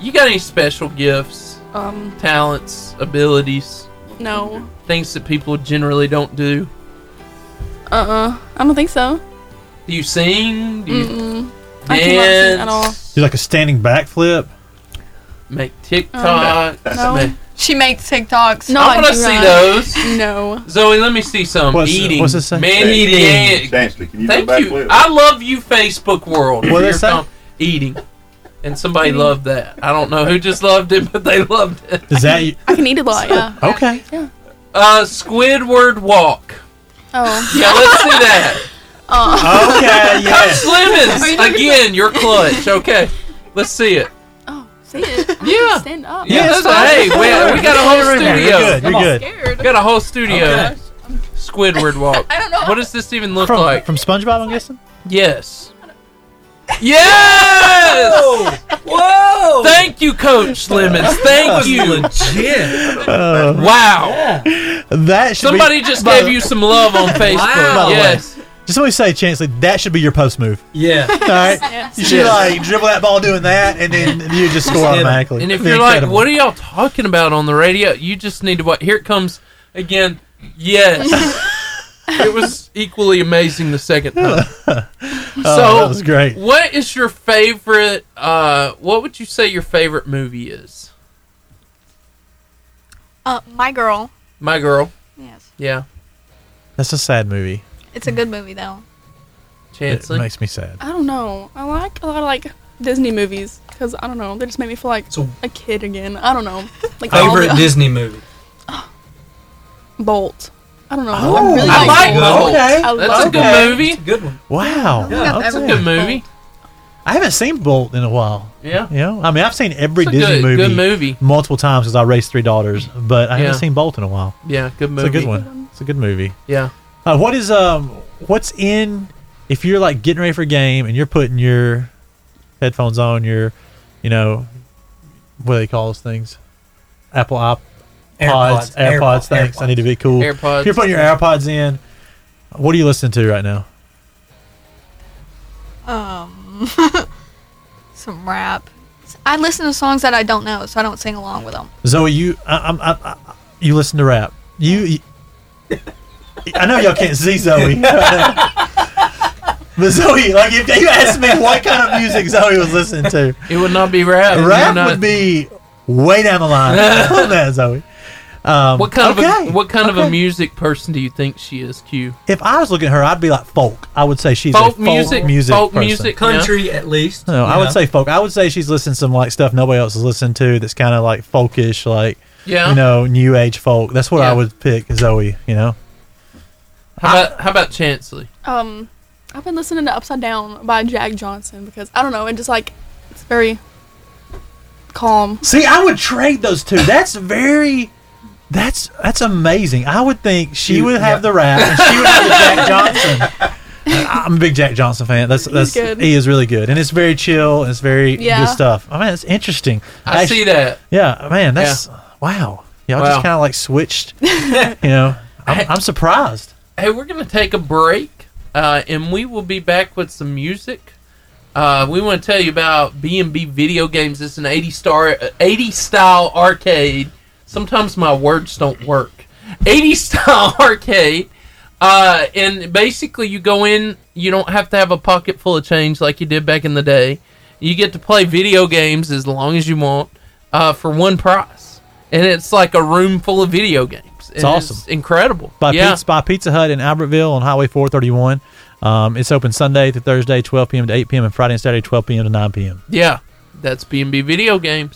J: you got any special gifts,
P: Um,
J: talents, abilities,
P: no.
J: things that people generally don't do?
P: Uh uh
Q: Uh-uh.
P: I don't think so.
J: Do you sing? Do you
P: Mm-mm. I cannot sing at all. Uh-huh.
J: dance?
K: Do like a standing backflip.
J: Make TikTok?
K: Um,
Q: no.
J: Make-
Q: She makes TikToks.
J: No, I wanna I do see not. those.
P: No.
J: Zoe, let me see some
K: What's- uh,
J: eating.
K: what's it say?
J: Man,
K: Eating.
J: eating.
T: Chansley, can you do
J: Thank
T: a
J: you.
T: backflip?
J: I love you, Facebook world.
K: What'd it
J: You're
K: say?
J: com- Eating. And somebody loved that. I don't know who just loved it, but they loved it.
K: Is that you?
P: I can eat a lot, yeah.
K: Okay.
J: Uh, Squidward walk.
P: Oh.
J: Yeah, let's see that.
P: Oh.
K: Okay,
J: Coach Lemons
P: Are you looking
J: again. You're clutch. Okay, let's see it.
P: See it?
J: Yeah.
P: Stand up.
J: Yeah, that's hey, we, we got a whole studio.
K: You're good. You're
J: We got a whole studio.
K: Okay.
J: Squidward walk. I don't know. What does this even
K: good.
J: look
K: From,
J: like?
K: from SpongeBob, I'm guessing.
J: Yes. Yes! Whoa! Thank you, Coach Lemons. Thank you. Legit.
K: Uh,
J: Wow.
K: That should be-
J: Somebody just
K: by the-
J: gave you some love on Facebook.
K: By the way,
J: Yes.
K: Just let me say, Chansley, that should be your post move.
R: Yeah.
K: All right.
J: Yes.
K: You should
J: Yes.
K: like dribble that ball doing that, and then you just score automatically.
J: And if
K: It'd be
J: you're like,
K: incredible.
J: what are y'all talking about on the radio? You just need to watch. Here it comes again. Yes. it was equally amazing the second time.
K: oh,
J: so-
K: that was great.
J: What is your favorite? Uh, what would you say your favorite movie is?
Q: Uh, my girl.
J: My Girl.
Q: Yes.
J: Yeah.
K: That's a sad movie.
Q: It's a good movie though.
K: It
J: Chansley.
K: makes me sad.
P: I don't know. I like a lot of like Disney movies because I don't know. They just make me feel like
R: So-
P: a kid again. I don't know. Like all
R: Favorite
P: the-
R: Disney movie.
P: Bolt. I don't know.
K: Oh,
P: I, really
K: I
P: like
K: like Bolt.
P: Bolt.
K: Okay.
P: I
K: That's
P: love
J: That's a good
K: Okay.
J: movie.
R: Good one.
K: Wow.
J: That's a
K: Okay.
J: good movie.
K: I haven't seen Bolt in a while.
J: Yeah.
K: You know, I mean, I've seen every
J: It's a
K: Disney
J: good-
K: movie,
J: good movie.
K: multiple times because I raised three daughters, but I
J: Yeah.
K: haven't seen Bolt in a while.
J: Yeah, good movie.
K: It's a good one. It's a good movie.
J: Yeah.
K: Uh, what is um? What's in? If you're like getting ready for a game and you're putting your headphones on, your, you know, what do they call those things? Apple iP-
R: AirPods,
K: pods, AirPods.
R: AirPods,
K: thanks. I need to be cool.
J: AirPods.
K: If you're putting your AirPods in, what are you listening to right now?
Q: um, some rap. I listen to songs that I don't know, so I don't sing along with them.
K: Zoe, you, I, I'm- I, I, you listen to rap. You, you- I know y'all can't see Zoe, but Zoe, like if you asked me what kind of music Zoe was listening to,
J: it would not be rap.
K: Rap
J: You're not-
K: would be way down the line on that, Zoe. Um,
J: What kind
K: okay.
J: of a, what kind of
K: okay.
J: a music person do you think she is? Q.
K: If I was looking at her, I'd be like folk. I would say she's a
J: Folk
K: folk
J: music,
K: music,
J: folk
K: person.
J: music,
R: Country, at least.
I: Oh,
K: No, I
R: Yeah.
K: would say folk. I would say she's listening to some like stuff nobody else is listening to that's kind of like folkish, like
J: Yeah.
K: you know, new age folk. That's what
J: Yeah.
K: I would pick, Zoe. You know,
J: How about how about Chansley?
P: Um, I've been listening to Upside Down by Jack Johnson because I don't know, it just like it's very calm.
K: see, I would trade those two. That's very. That's that's amazing. I would think she
R: You-
K: would
R: yeah.
K: have the rap and she would have the Jack Johnson. I'm a big Jack Johnson fan. That's that's
J: good.
K: he is really good and it's very chill and it's very
J: Yeah.
K: good stuff. I mean, it's interesting.
J: I see that.
K: Yeah, man, that's wow. Y'all
J: Wow.
K: just kind of like switched. you know, I'm, I'm surprised.
J: Hey, we're gonna take a break, uh, and we will be back with some music. Uh, we want to tell you about B and B Video Games. It's an 80 star, 80 style arcade. Sometimes my words don't work. 80 style arcade, uh, and basically you go in. You don't have to have a pocket full of change like you did back in the day. You get to play video games as long as you want uh, for one price, and it's like a room full of video games. And
K: It's awesome.
J: incredible.
K: by,
J: yeah.
K: pizza, by Pizza Hut in Albertville on Highway 431. Um, it's open Sunday through Thursday, 12 p.m. to 8 p.m., and Friday and Saturday, 12 p.m. to 9 p.m.
J: Yeah, that's B&B Video Games.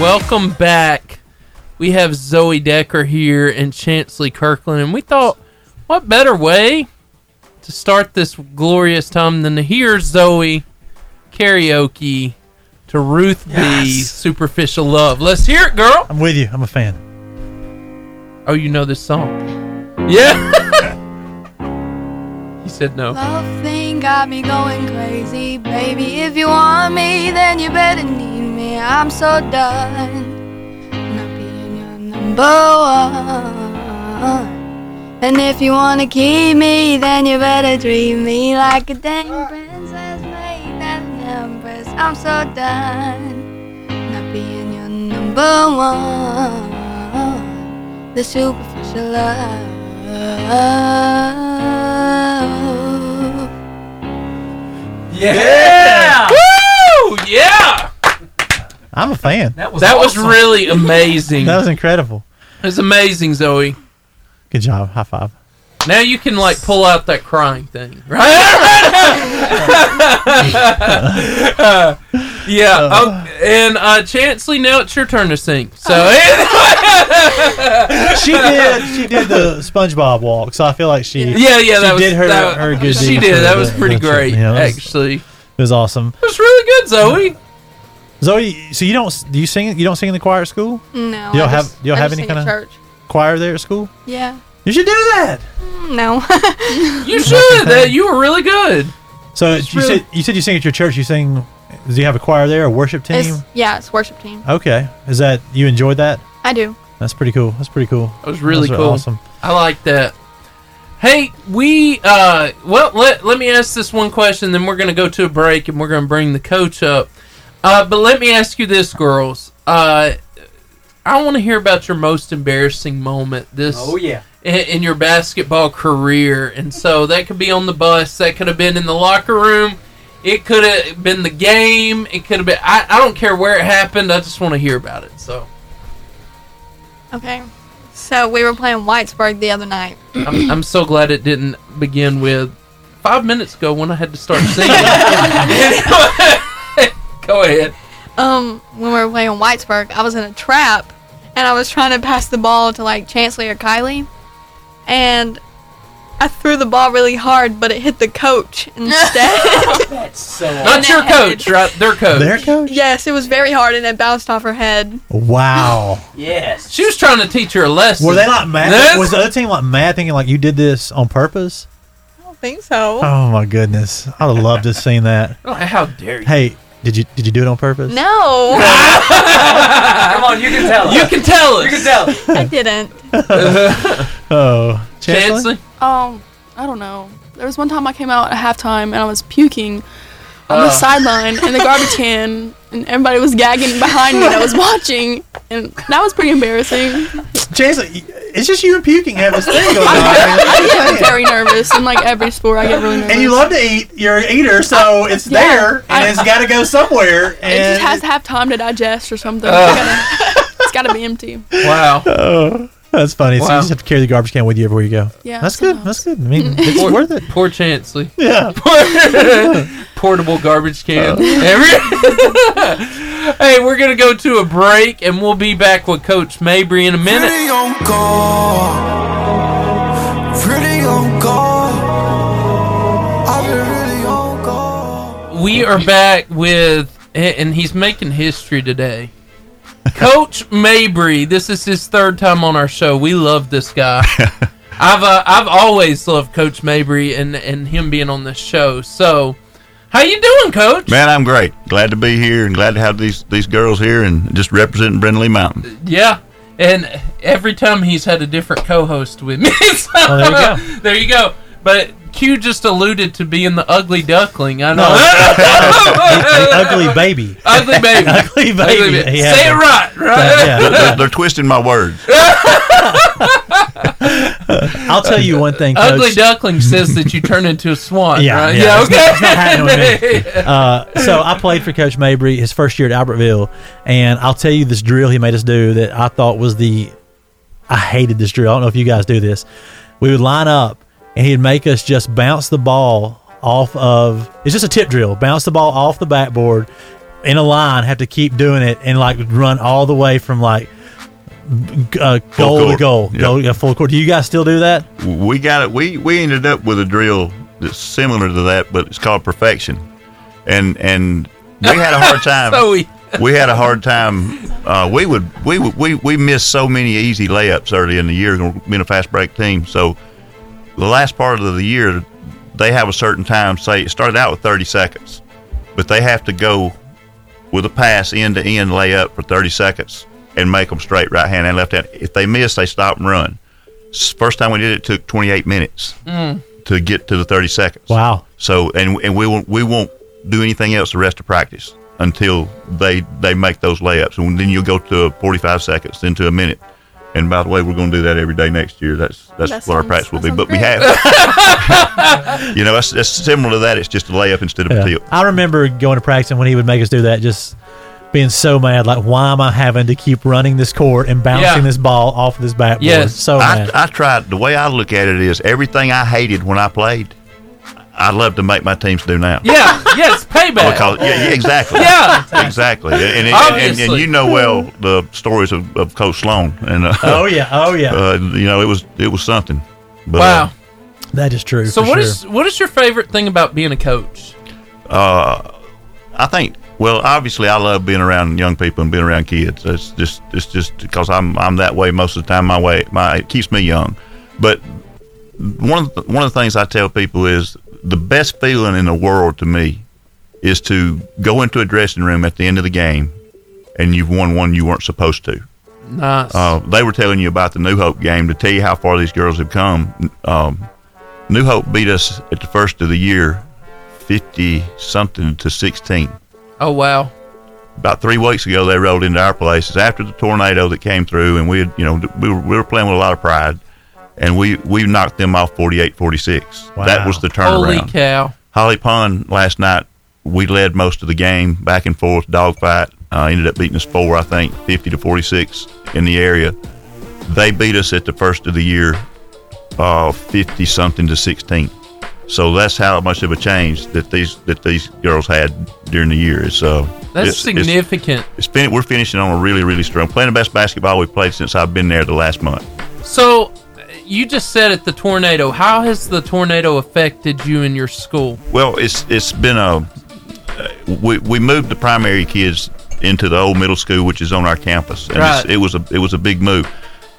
J: Welcome back. We have Zoe Decker here and Chansley Kirkland, and we thought, what better way to start this glorious time than to hear Zoe karaoke to Ruth B. Superficial Love. Let's hear it, girl.
K: I'm with you. I'm a fan.
J: Oh, you know this song? Yeah. he said no.
O: Love thing got me going crazy, baby. If you want me, then you better need me. I'm so done not being your number one. And if you wanna keep me, then you better treat me like a dang princess, make that empress. I'm so done not being your number one. The superficial love.
J: Yeah! Woo! Yeah!
K: I'm a fan.
J: That was, that was really amazing.
K: that was incredible.
J: It's amazing, Zoe.
K: Good job. High five.
J: Now you can like pull out that crying thing, right? Uh, yeah. oh, and uh, Chansley, now it's your turn to sing. So
K: she did. She did the SpongeBob walk, so I feel like she.
J: Yeah, yeah,
K: she
J: that was-
K: did her,
J: that-
K: her good.
J: she
K: deed
J: did.
K: for
J: That
K: the-
J: was pretty
K: the-
J: great,
K: that was-
J: actually.
K: it was awesome.
J: That's really good, Zoe.
K: Zoe, so you don't do you sing? You don't sing in the choir at school?
Q: No,
K: You don't
Q: I
K: have.
Q: just-
K: you don't
Q: I
K: have
Q: just
K: any
Q: sing
K: kind
Q: at
K: of
Q: church.
K: choir there at school?
Q: Yeah.
K: You should do that.
Q: Mm, No.
J: you should. Uh, you were really good.
K: So you
Q: really-
K: said you said you sing at your church. You sing. Do you have a choir there? A worship team?
Q: It's, yeah, it's worship team.
K: Okay. Is that you enjoyed that?
Q: I do.
K: That's pretty cool. That's pretty cool.
J: That was really
K: Those are
J: cool.
K: Awesome.
J: I like that. Hey, we uh well let let me ask this one question, then we're gonna go to a break and we're gonna bring the coach up. Uh but let me ask you this, girls. Uh I wanna hear about your most embarrassing moment this
R: Oh, yeah.
J: in, in your basketball career. And so that could be on the bus, that could have been in the locker room, it could have been the game, it could have been I, I don't care where it happened, I just wanna hear about it. So
Q: Okay. So we were playing Whitesburg the other night.
J: I'm, I'm so glad it didn't begin with five minutes ago when I had to start singing. Go ahead.
Q: um, when we were playing Whitesburg, I was in a trap and I was trying to pass the ball to like Chansley or Kylie. And I threw the ball really hard, but it hit the coach instead.
R: That's so.
J: Not your coach, right? Their coach.
K: Their coach?
Q: yes, it was very hard and it bounced off her head.
K: Wow.
R: Yes.
J: She was trying to teach her a lesson.
K: Were they like mad?
J: That's-
K: Was the other team like mad, thinking like you did this on purpose?
Q: I don't think so.
P: Um,
K: Oh my goodness! I'd have loved to have seen that.
J: Like, Oh, How dare you?
K: Hey, did you did you do it on purpose?
Q: No.
R: Come on, you
U: You can tell.
J: You can tell us.
U: You can tell.
V: I didn't.
K: Oh, Chansley?
P: Um, I don't know. There was one time I came out at halftime and I was puking on
K: Oh.
P: the sideline in the garbage can, and everybody was gagging behind me that was watching, and that was pretty embarrassing.
K: Chansley, it's just you and puking have this thing going on.
P: I get very nervous in like every sport. I get really nervous.
K: And you love to eat. You're an eater, so it's
P: Yeah.
K: there, and
P: I-
K: it's got to go somewhere.
P: It just
K: And
P: has to have time to digest or something.
K: Ugh.
P: It's gotta- it's got to be empty.
J: Wow.
K: Oh, that's funny. So
J: Wow.
K: you just have to carry the garbage can with you everywhere you go.
P: Yeah,
K: that's good. That's good. I mean, it's
J: Poor-
K: worth it.
J: Poor Chansley.
K: Yeah.
J: Portable garbage can.
K: Uh.
J: Every- hey, we're going to go to a break and we'll be back with Coach Mabry in a minute.
L: Pretty on call. Pretty on call. I've been really on call.
J: We are back with, and he's making history today. Coach Mabry, this is his third time on our show. We love this guy. I've uh, I've always loved Coach Mabry and and him being on this show. So, how you doing, Coach?
M: Man, I'm great. Glad to be here and glad to have these, these girls here and just representing Brindley Mountain.
J: Yeah, and every time he's had a different co-host with me. so-
M: Oh, there you go.
J: there you go. But Q just alluded to being the ugly duckling. I know.
K: ugly baby.
J: Ugly baby.
K: Ugly baby. Yeah.
J: Say it right, right?
M: They're, they're- they're twisting my words.
K: I'll tell you one thing, Coach.
J: Ugly duckling says that you turn into a swan.
K: Yeah,
J: right?
K: yeah,
J: yeah.
K: it's not- it's not happening
J: okay.
K: uh, so I played for Coach Mabry his first year at Albertville, and I'll tell you this drill he made us do that I thought was the I hated this drill. I don't know if you guys do this. We would line up, and he'd make us just bounce the ball off of. It's just a tip drill. Bounce the ball off the backboard in a line. Have to keep doing it and like run all the way from like g- uh,
M: Full
K: goal to
M: court.
K: goal,
M: Yep.
K: goal, yeah, full court. Do you guys still do that?
M: We got it. We we ended up with a drill that's similar to that, but it's called perfection, and and we had a hard time.
J: So we-
M: we had a hard time. Uh, we would we would we we missed so many easy layups early in the year. Being a fast break team, so the last part of the year, they have a certain time. Say it started out with thirty seconds, but they have to go with a pass end to end layup for 30 seconds and make them straight right hand and left hand. If they miss, they stop and run. S- First time we did it, it took 28 minutes
L: Mm.
M: to get to the 30 seconds.
K: Wow.
M: So and and we won't we won't do anything else the rest of practice until they they make those layups and then you'll go to 45 seconds then to a minute. And by the way, we're going to do that every day next year. That's that's
L: That
M: what our
L: sounds-
M: practice will
L: that
M: be. But we
L: sounds
M: have, you know, that's, that's similar to that. It's just a layup instead of a tip.
K: I remember going to practice and when he would make us do that, just being so mad. Like, why am I having to keep running this court and bouncing
M: Yeah.
K: this ball off this backboard? So
M: I,
K: mad.
M: I tried. The way I look at it is everything I hated when I played, I'd love to make my teams do now.
J: Yeah, yes, payback.
M: Because- yeah, yeah, exactly.
J: Yeah.
M: exactly. And, and, and, and,
J: Obviously.
M: you know well the stories of, of Coach Sloan. And uh,
K: Oh, yeah. Oh, yeah.
M: Uh, you know it was it was something. But, uh,
J: Wow.
K: that is true.
J: So
K: for
J: what
K: sure.
J: is what is your favorite thing about being a coach?
M: uh, I think. Well, obviously, I love being around young people and being around kids. It's just, it's just because I'm, I'm that way most of the time. My way, my it keeps me young. But one, of the, one of the things I tell people is the best feeling in the world to me is to go into a dressing room at the end of the game and you've won one you weren't supposed to.
J: Nice.
M: Uh, they were telling you about the New Hope game to tell you how far these girls have come. Um, New Hope beat us at the first of the year, fifty something to sixteen.
J: Oh wow.
M: About three weeks ago, they rolled into our places after the tornado that came through, and we had, you know, we were, we were playing with a lot of pride, and we we knocked them off 48-46. That was the turnaround.
J: Holy cow.
M: Holly Pond last night, we led most of the game, back and forth, dogfight. Uh, ended up beating us four, I think, 50 to 46 in the area. They beat us at the first of the year, uh, 50 something to 16. So that's how much of a change that these that these girls had during the year. It's, uh,
J: That's
M: it's- it's-
J: significant.
M: It's, fin- we're finishing on a really, really strong, playing the best basketball we've played since I've been there the last month.
J: So you just said it the tornado. How has the tornado affected you and your school?
M: Well, it's it's been a we we moved the primary kids into the old middle school, which is on our campus, and it's-
J: Right.
M: it was a it was a big move.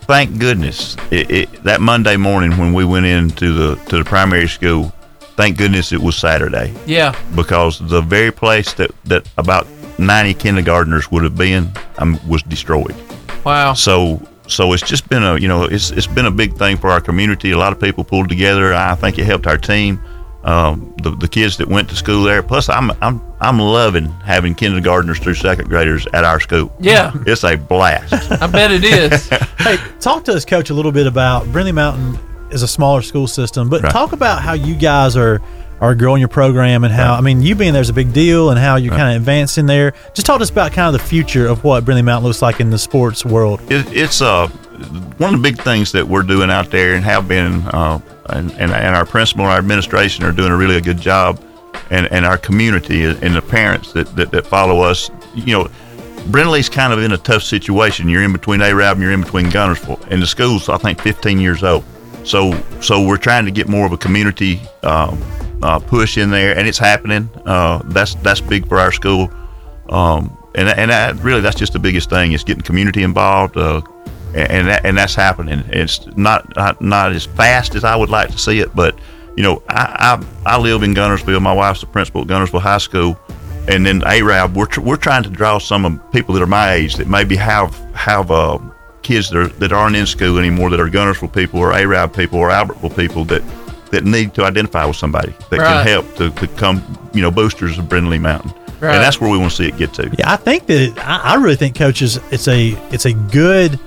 M: Thank goodness it, it, that Monday morning when we went into the to the primary school. Thank goodness it was Saturday.
J: Yeah.
M: because the very place that that about ninety kindergartners would have been um, was destroyed.
J: Wow.
M: So so it's just been a you know it's it's been a big thing for our community. A lot of people pulled together. I think it helped our team. Um, the, the kids that went to school there. Plus, I'm I'm I'm loving having kindergartners through second graders at our school.
J: Yeah.
M: it's a blast.
J: I bet it is.
M: Oh,
K: hey, talk to us, Coach, a little bit about Brindley Mountain is a smaller school system, but
M: Right.
K: talk about how you guys are are growing your program and how I mean you being there is a big deal and how you're
M: Right.
K: kind of advancing there. Just talk to us about kind of the future of what Brindley Mountain looks like in the sports world.
M: It, it's uh, one of the big things that we're doing out there and have been, uh, and, and, and our principal and our administration are doing a really good job, and, and our community and the parents that, that, that follow us. You know, Brindley's kind of in a tough situation. You're in between Arab and you're in between Gunnersville, and the school's, I think, 15 years old. So, so we're trying to get more of a community um, uh, push in there, and it's happening. Uh, that's that's big for our school um, and and I, really that's just the biggest thing is getting community involved, uh, and and, that, and that's happening. It's not, not not as fast as I would like to see it, but you know I I, I live in Gunnersville. My wife's the principal at Gunnersville High School, and then ARAB. We're tr- we're trying to draw some of people that are my age that maybe have have uh, kids that are, that aren't in school anymore that are Gunnersville people or ARAB people or Albertville people that. That need to identify with somebody that
K: Right.
M: can help to, to come, you know, boosters of Brindley Mountain,
K: Right.
M: and that's where we want to see it get to.
K: Yeah, I think that it, I, I really think coaches it's a it's a good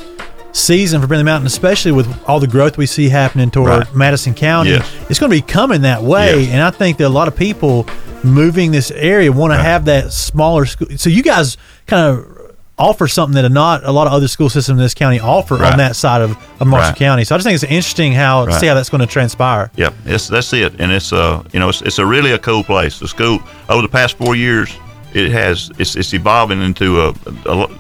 K: season for Brindley Mountain, especially with all the growth we see happening toward
M: Right.
K: Madison County.
M: Yes.
K: It's going to be coming that way, and I think that a lot of people moving this area want to have that smaller school. So you guys kind of offer something that a not a lot of other school systems in this county offer on
M: Right.
K: that side of, of Marshall
M: Right.
K: County. So I just think it's interesting how
M: Right.
K: see how that's going to transpire.
M: Yeah, it's, that's it, and it's uh, you know, it's, it's a really a cool place. The school over the past four years, it has it's, it's evolving into a, a. lo-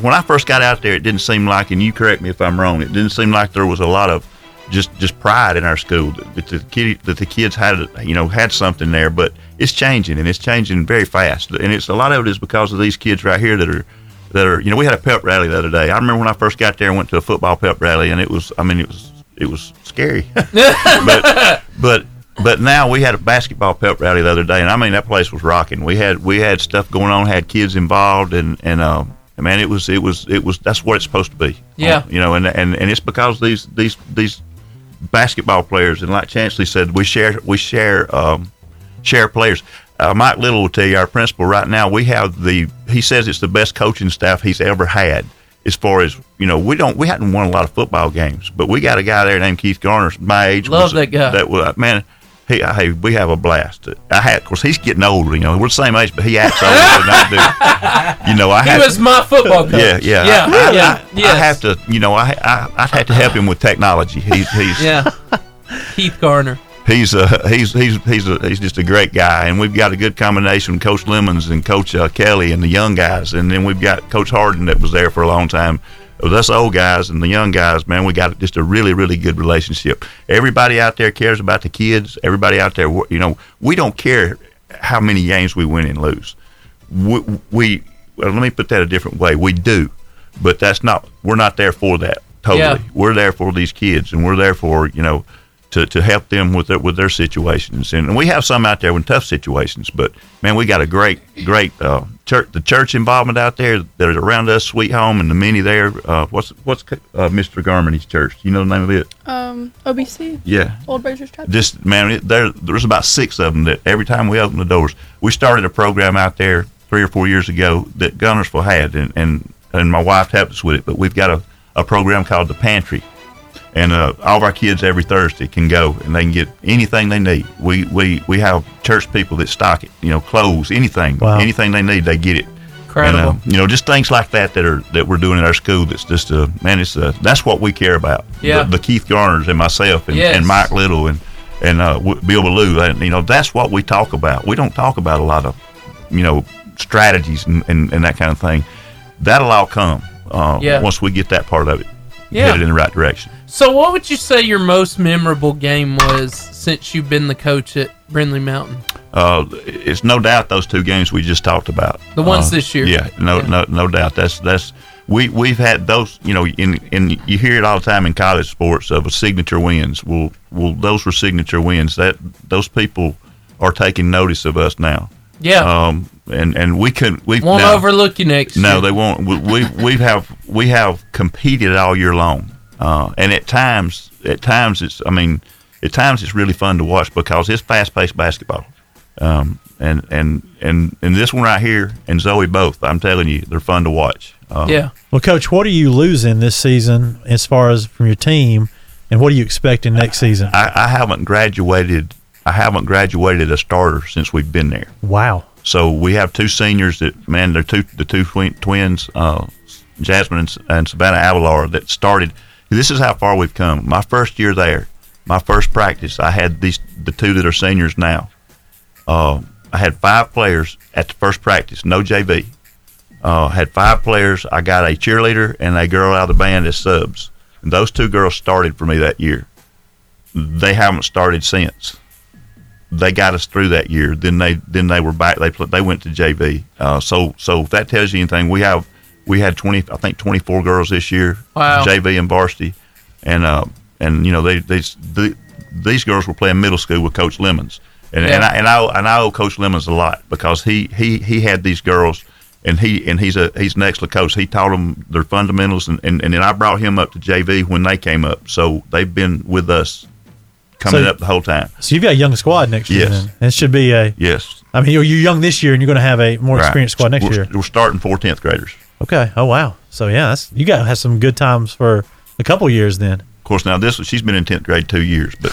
M: When I first got out there, it didn't seem like, and you correct me if I'm wrong, it didn't seem like there was a lot of just just pride in our school that, that the kid that the kids had you know had something there, but it's changing and it's changing very fast, and it's a lot of it is because of these kids right here that are that are you know we had a pep rally the other day. I remember when I first got there, and went to a football pep rally, and it was I mean it was it was scary. but but now we had a basketball pep rally the other day, and I mean that place was rocking. We had we had stuff going on, had kids involved, and and um, man, it was it was it was that's what it's supposed to be.
J: Yeah.
M: you know, and and and it's because these these these basketball players, and like Chansley said, we share we share um, share players. Uh, Mike Little will tell you our principal right now. We have the he says it's the best coaching staff he's ever had. As far as you know, we don't we hadn't won a lot of football games, but we got a guy there named Keith Garner, my age.
J: Love
M: was-
J: that guy.
M: That was man. He, hey, we have a blast. I had, of course, he's getting older. You know, we're the same age, but he acts older than I do. You know, I
J: He
M: had,
J: was my football coach.
M: yeah, yeah,
J: Yeah,
M: I, I-
J: yeah,
M: I, I have to, you know, I, I I'd have to help him with technology. He's he's
J: Yeah. Keith Garner.
M: he's a uh, he's he's he's a, he's just a great guy, and we've got a good combination with Coach Lemons and Coach uh, Kelly and the young guys, and then we've got Coach Harden that was there for a long time. With us old guys and the young guys, man, we got just a really really good relationship. Everybody out there cares about the kids. Everybody out there, you know, we don't care how many games we win and lose. We, we well, let me put that a different way. We do, but that's not we're not there for that totally.
J: Yeah.
M: We're there for these kids, and we're there for you know to, to help them with their, with their situations. And we have some out there in tough situations, but man, we got a great great uh, church the church involvement out there that is around us, Sweet Home, and the many there. Uh, what's what's uh, Mr. Garmony's church? You know the name of it?
P: Um, OBC.
M: Yeah.
P: Old Braziers Chapel.
M: Just man, it, there there's about six of them that every time we open the doors, we started a program out there three or four years ago that Gunnersville had, and and, and my wife helped us with it. But we've got a, a program called the Pantry, and uh, all of our kids every Thursday can go and they can get anything they need. We we we have church people that stock it, you know, clothes, anything,
J: Wow.
M: anything they need, they get it.
J: Incredible.
M: And, uh, you know, just things like that that are that we're doing at our school. That's just uh, man, it's uh, that's what we care about.
J: Yeah.
M: The, the Keith Garners and myself and,
J: Yes.
M: and Mike Little and and uh, w- Bill Ballou. And, you know, that's what we talk about. We don't talk about a lot of you know strategies and, and, and that kind of thing. That'll all come uh,
J: Yeah.
M: once we get that part of it
J: Yeah.
M: headed in the right direction.
J: So, what would you say your most memorable game was since you've been the coach at Brindley Mountain?
M: Uh, it's no doubt those two games we just talked about.
J: The ones
M: Uh,
J: this year.
M: Yeah, no, no, no doubt. That's that's we we've had those. You know, in in you hear it all the time in college sports of a signature wins. Well, well, those were signature wins. That those people are taking notice of us now.
J: Yeah.
M: Uh,
K: Um, and and we couldn't. We
J: Won't
K: no.
J: overlook you next
K: No,
J: year.
K: they won't. We, we we have we have competed all year long, uh, and at times at times it's I mean at times it's really fun to watch because it's fast paced basketball. Um, and and and and this one right here and Zoe both. I'm telling you, they're fun to watch. Um,
I: Well, coach, what are you losing this season as far as from your team, and what are you expecting next season?
K: I, I haven't graduated. I haven't graduated a starter since we've been there.
I: Wow.
K: So we have two seniors that man, they're two the two twin, twins, uh, Jasmine and, S- and Savannah Avalar that started. This is how far we've come. My first year there, my first practice, I had these the two that are seniors now. Uh, I had five players at the first practice, no JV. Uh, had five players. I got a cheerleader and a girl out of the band as subs. And those two girls started for me that year they haven't started since. They got us through that year. Then they then they were back. They pl- they went to JV. Uh, so so if that tells you anything, we have we had twenty I think twenty four girls this year.
J: Wow.
K: JV and varsity, and uh, and you know they these the, these girls were playing middle school with Coach Lemons, and and
J: Yeah.
K: I and I owe- and I owe Coach Lemons a lot because he he he had these girls. And he and he's a he's an excellent coach. He taught them their fundamentals, and, and, and then I brought him up to JV when they came up. So they've been with us coming
I: So-
K: up the whole time.
I: So you've got a young squad next year.
K: Yes.
I: Then. And it should be a.
K: Yes.
I: I mean, you're, you're young this year, and you're going to have a more
K: Right.
I: experienced squad next
K: we're,
I: year.
K: We're starting four tenth graders.
I: Okay. Oh wow. So yeah, that's, you got to have some good times for a couple years then.
K: Of course, now this she's been in tenth grade two years, but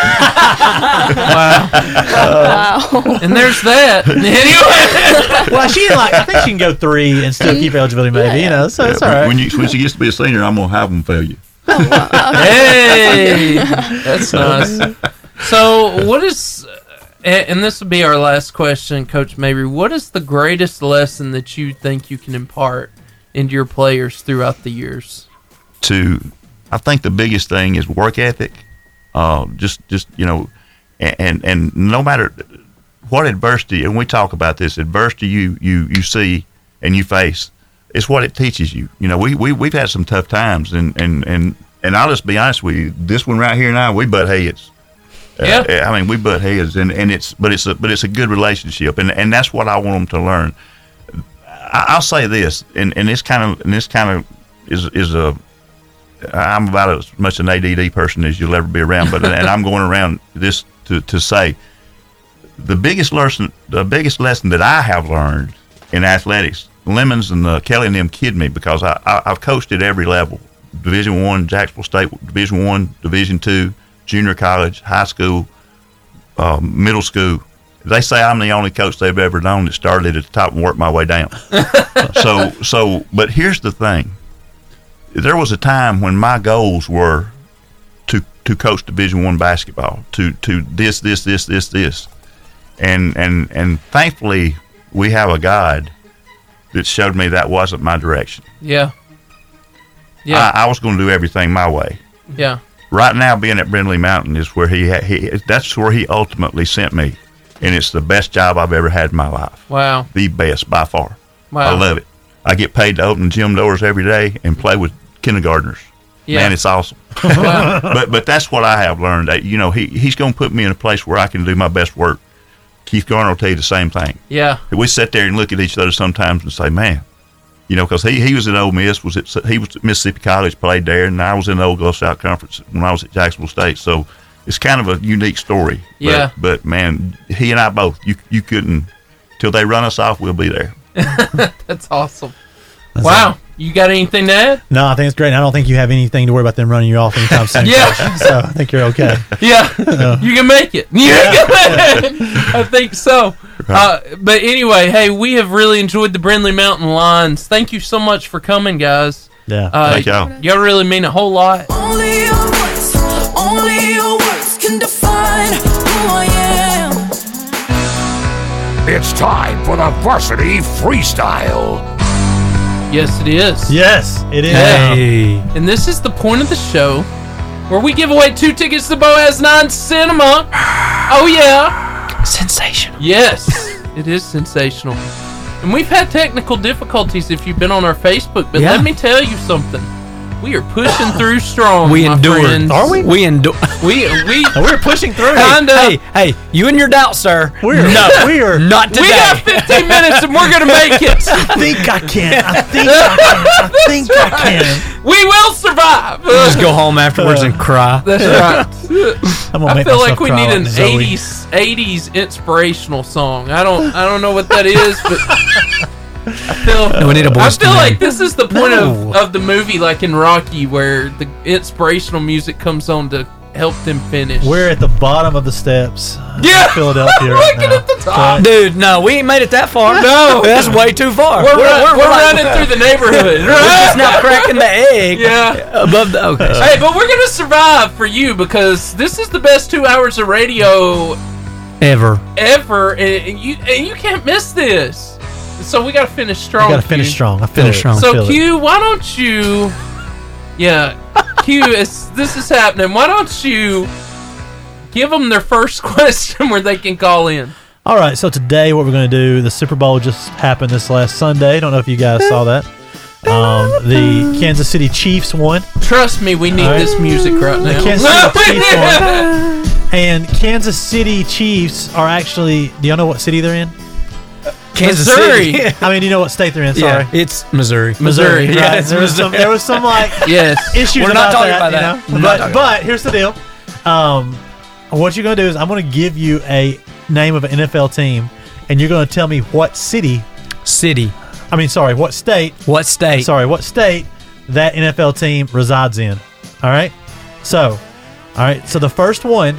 J: and there's that. anyway.
I: well, she like I think she can go three and still keep eligibility, maybe. You know, so it's all
K: when-
I: right.
K: when, you, when she gets to be a senior, I'm gonna have them fail you.
J: hey, that's nice. So, what is, and and this will be our last question, Coach Mabry. What is the greatest lesson that you think you can impart into your players throughout the years?
K: to I think the biggest thing is work ethic. Uh, just just you know, and, and and no matter what adversity, and we talk about this adversity you you you see and you face, it's what it teaches you. You know, we we we've had some tough times, and and and and I'll just be honest with you, this one right here and I we butt heads.
J: Yeah.
K: I mean, we butt heads, and, and it's but it's a, but it's a good relationship, and and that's what I want them to learn. I, I'll say this, and, and this kind of and this kind of is is a. I'm about as much an ADD person as you'll ever be around, but and I'm going around this to, to say the biggest lesson the biggest lesson that I have learned in athletics. Lemons and uh, Kelly and them kid me because I, I I've coached at every level: Division One, Jacksonville State, Division One, Division Two, junior college, high school, um, middle school. They say I'm the only coach they've ever known that started at the top and worked my way down. so, so, but here's the thing: there was a time when my goals were to to coach Division One basketball, to to this, this, this, this, this, and and and thankfully we have a God that showed me that wasn't my direction.
J: Yeah. Yeah.
K: I, I was going to do everything my way
J: yeah.
K: right now being at Brindley Mountain is where he, ha- he that's where he ultimately sent me, and it's the best job I've ever had in my life.
J: Wow.
K: The best by far.
J: Wow.
K: I love it. I get paid to open gym doors every day and play with kindergartners.
J: Yeah.
K: Man, it's awesome.
J: Wow.
K: but but that's what I have learned. That, you know, he he's going to put me in a place where I can do my best work. Keith Garner will tell you the same thing.
J: Yeah.
K: We sit there and look at each other sometimes and say, "Man, you know," because he, he was at Ole Miss, was at, he was at Mississippi College, played there, and I was in the Old Gulf South Conference when I was at Jacksonville State. So it's kind of a unique story. But,
J: Yeah.
K: But man, he and I both, you you couldn't till they run us off, we'll be there.
J: That's awesome. wow. You got anything to add?
I: No, I think it's great. and I don't think you have anything to worry about them running you off anytime soon.
J: Yeah.
I: Coach. So I think you're okay.
J: Yeah,
I: Uh,
J: you can make it. You can- I think so. Uh, but anyway, hey, we have really enjoyed the Brindley Mountain Lions. Thank you so much for coming, guys.
I: Yeah.
J: uh,
K: Thank y'all.
J: Y'all really mean a whole lot.
W: Only your words, only your words can define who I am.
L: It's time for the varsity freestyle.
J: Yes, it is.
I: Yes, it is.
J: Hey. And this is the point of the show where we give away two tickets to Boaz Nine Cinema. Oh yeah, sensational. Yes, it is sensational. And we've had technical difficulties if you've been on our Facebook, but
X: Yeah.
J: let me tell you something. We are pushing through strong.
I: We
J: my
I: endured.
J: friends.
I: We endure.
J: We we
K: we're pushing through.
J: Kinda.
I: Hey, hey, you and your doubt, sir. We're no,
K: we are
I: not today.
J: We got 15 minutes and we're gonna make it.
K: I think I can. I think
J: I
K: can. I think I
J: can. We will survive.
I: Just go home afterwards and cry.
J: That's right.
K: I'm
I: gonna
J: I
I: make
J: feel
I: myself
J: like we
I: cry
J: need
I: like
J: an
I: Zoe.
J: 80s 80s inspirational song. I don't I don't know what that is, but I feel
I: No, we need a
J: I
I: Boyz II
J: feel
I: Men.
J: like this is the point
I: No.
J: of, of the movie like in Rocky where the inspirational music comes on to help them finish.
K: We're at the bottom of the steps.
J: Yeah.
K: of Philadelphia. right now. But-
I: Dude, no, we ain't made it that far.
K: No.
I: that's way too far.
K: We're run-
J: we're running through the neighborhood.
I: we're just now cracking the egg.
J: Yeah, Uh,
I: above the okay.
J: hey, but we're gonna survive for you because this is the best two hours of radio
I: Ever.
J: ever, and and you and you can't miss this. So we gotta finish strong.
K: I gotta finish
J: Q.
K: strong. I feel
I: Finish
K: it.
I: strong.
K: I
J: So
K: feel it.
J: Q, why don't you? Yeah, Q, it's, this is happening. Why don't you give them their first question where they can call in?
K: All right, so today what we're going to do, the Super Bowl just happened this last Sunday. don't know if you guys saw that. Um, the Kansas City Chiefs won.
J: Trust me, we need
K: All right.
J: this music right
K: The
J: now.
K: Kansas City Chiefs won. And Kansas City Chiefs are actually, do y'all know what city they're in?
I: Kansas Missouri. City.
K: I mean, do you know what state they're in? Sorry.
I: Yeah, it's Missouri.
K: Missouri, right.
I: Yeah, it's
K: there, was some,
I: Missouri.
K: there was some like
I: Yes.
K: issues.
I: We're not talking
K: about that,
I: about that.
K: you know?
I: We're not
K: But
I: talking
K: but here's the deal. Um, what you're gonna do is I'm gonna give you a name of an NFL team, and you're gonna tell me what city.
I: City.
K: I mean, sorry, what state?
I: What state?
K: Sorry, what state that NFL team resides in? All right. So, all right. So the first one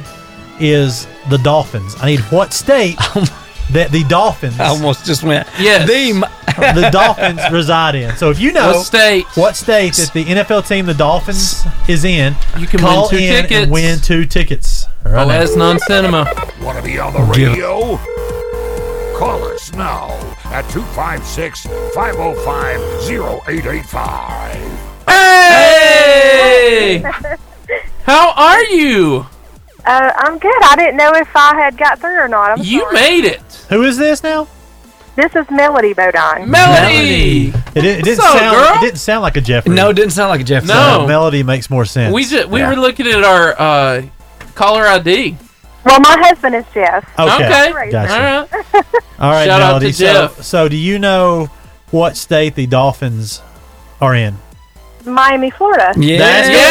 K: is the Dolphins. I need what state that the Dolphins
I: I almost just went.
K: Yes.
I: The,
K: the Dolphins reside in. So if you know
I: What
J: state,
K: what state that the NFL team the Dolphins is in, you
J: can
K: call
J: win two
K: in
J: tickets.
K: and win two tickets.
J: Oh, that's non cinema.
L: Want to be on the
K: Give it.
L: radio? Call us now at 256 505 0885.
J: Hey! How are you?
B: Uh, I'm good. I didn't know if I had got through or not. I'm
J: You
B: sorry.
J: made it.
K: Who is this now?
B: This is Melody Bodine.
J: Melody.
K: It, didn't- it didn't
J: What's up,
K: sound.
J: girl?
K: It didn't sound like a Jeffrey. Uh,
I: No, it didn't sound like a Jeffrey.
J: No.
K: melody makes more sense.
J: We just we
K: Yeah.
J: were looking at our uh, caller ID.
B: Well, my husband is Jeff.
K: Okay.
J: Okay.
K: Gotcha.
J: All right.
K: All right,
J: Shout out
K: Melody.
J: to
K: so, so do you know what state the Dolphins are in?
B: Miami, Florida.
K: That's-
J: Yes.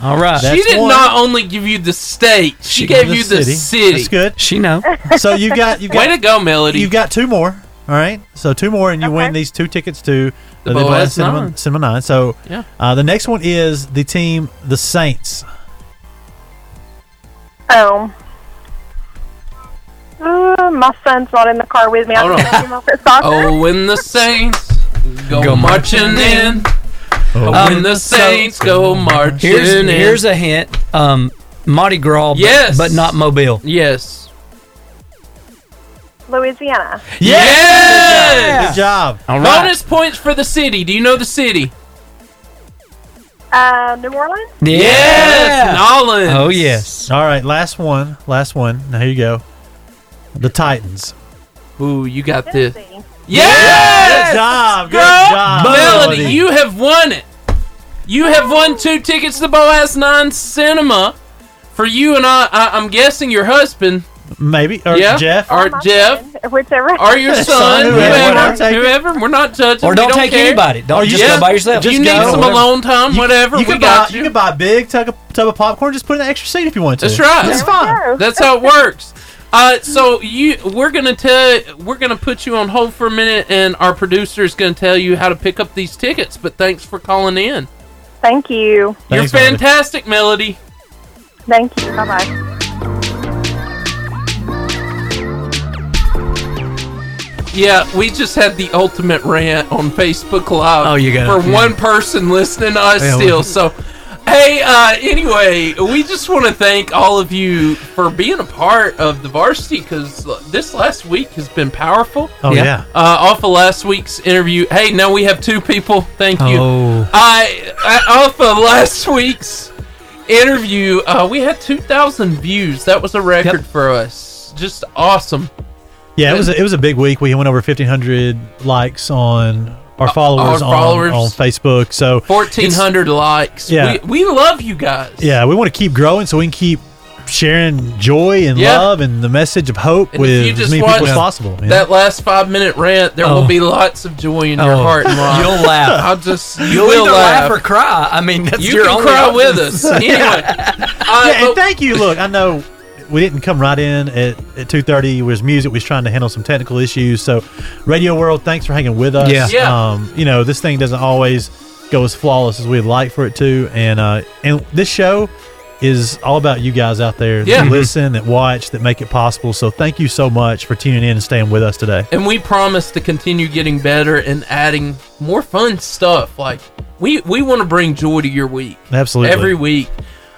K: All right.
J: She
K: That's
J: did
K: one.
J: not only give you the state, she, gave you the city.
K: That's good.
I: She know.
K: So you got you got
J: Way to go, Melody.
K: You've got two more. All right. So two more, and you win these two tickets to
J: The
K: Boaz
J: Boaz
K: Cinema,
J: Nine.
K: Cinema Nine. So
J: Yeah.
K: uh, the next one is the team, the Saints.
B: Oh. Uh, my son's not in the car with me. I
J: Hold
B: can
J: on.
B: pick him up at soccer.
J: Oh, when the Saints go,
I: Go
J: marching
I: marching
J: in.
I: Oh.
J: when the
I: So-
J: Saints go marching
I: Here's,
J: in.
I: here's a hint. Um, Mardi Gras, but,
J: Yes.
I: but not Mobile.
J: Yes.
B: Louisiana.
J: Yes.
K: Good job.
I: All right.
J: Bonus points for the city. Do you know the city?
B: Uh, New Orleans.
J: Yes, Nolan.
I: Oh, yes.
K: All right. Last one. Last one. Now here you go. The Titans.
J: Ooh, you got this. Yes.
K: Good job. Good
J: Girl,
K: job.
J: Melody, you have won it. You have won two tickets to Boaz Nine Cinema for you and I. I I'm guessing your husband.
K: Maybe. Or
J: yeah.
K: Jeff.
J: Or Jeff.
B: Whichever.
J: Or your
K: Son,
J: son.
K: whoever, I'll
J: whoever,
K: take it.
J: whoever. We're not judging.
K: Or
J: We
K: don't take
J: care. Oh,
K: anybody. Don't- just go by yourself.
J: You
K: Just
J: need
K: go,
J: some
K: whatever.
J: alone time. whatever.
K: You
J: we
K: can buy.
J: got
K: You.
J: you.
K: can buy a big tub of, tub of popcorn. Just put in an extra seat if you want to.
J: That's right.
K: That's fine.
J: That's how it works. Uh, so you, we're gonna tell, we're gonna put you on hold for a minute, and our producer is gonna tell you how to pick up these tickets. But thanks for calling in.
B: Thank you.
J: You're fantastic, Melody.
B: Thank you. Bye bye.
J: Yeah, we just had the ultimate rant on Facebook Live.
I: Oh, you got
J: for
I: it. Yeah.
J: one person listening to us
I: Yeah,
J: still.
I: well-
J: So, hey, uh, anyway, we just want to thank all of you for being a part of the varsity because this last week has been powerful.
K: Oh, Yeah. yeah.
J: Uh, off of last week's interview. Hey, now we have two people. Thank you.
I: Oh.
J: I, I off of last week's interview, uh, we had two thousand views. That was a record for us. Just awesome.
K: Yeah, it was a, it was a big week. We went over fifteen hundred likes on our followers, on-
J: Uh, followers.
K: On, Facebook. So
J: Fourteen hundred likes.
K: Yeah.
J: We, we love you guys.
K: Yeah, we want to keep growing so we can keep sharing joy and
J: Yeah.
K: love and the message of hope
J: And if you
K: with as
J: just
K: many
J: watch
K: people as possible. you know?
J: that last five minute rant, there
K: Oh.
J: will be lots of joy in your
K: Oh.
J: heart and life.
I: You'll laugh.
J: I'll just you
I: You'll
J: will
I: either
J: laugh.
I: laugh or cry. I mean, that's
J: you
I: your
J: can
I: only
J: cry
I: option.
J: with us. Anyway,
K: yeah, and thank you. Look, I know we didn't come right in at, at 2.30. It was music. We was trying to handle some technical issues. So, Radio World, thanks for hanging with us.
I: Yeah. Yeah.
K: Um, you know, this thing doesn't always go as flawless as we'd like for it to. And, uh, and this show is all about you guys out there
J: Yeah. Mm-hmm.
K: that listen, that watch, that make it possible. So thank you so much for tuning in and staying with us today.
J: and we promise to continue getting better and adding more fun stuff. Like we we want to bring joy to your week.
K: Absolutely.
J: Every week.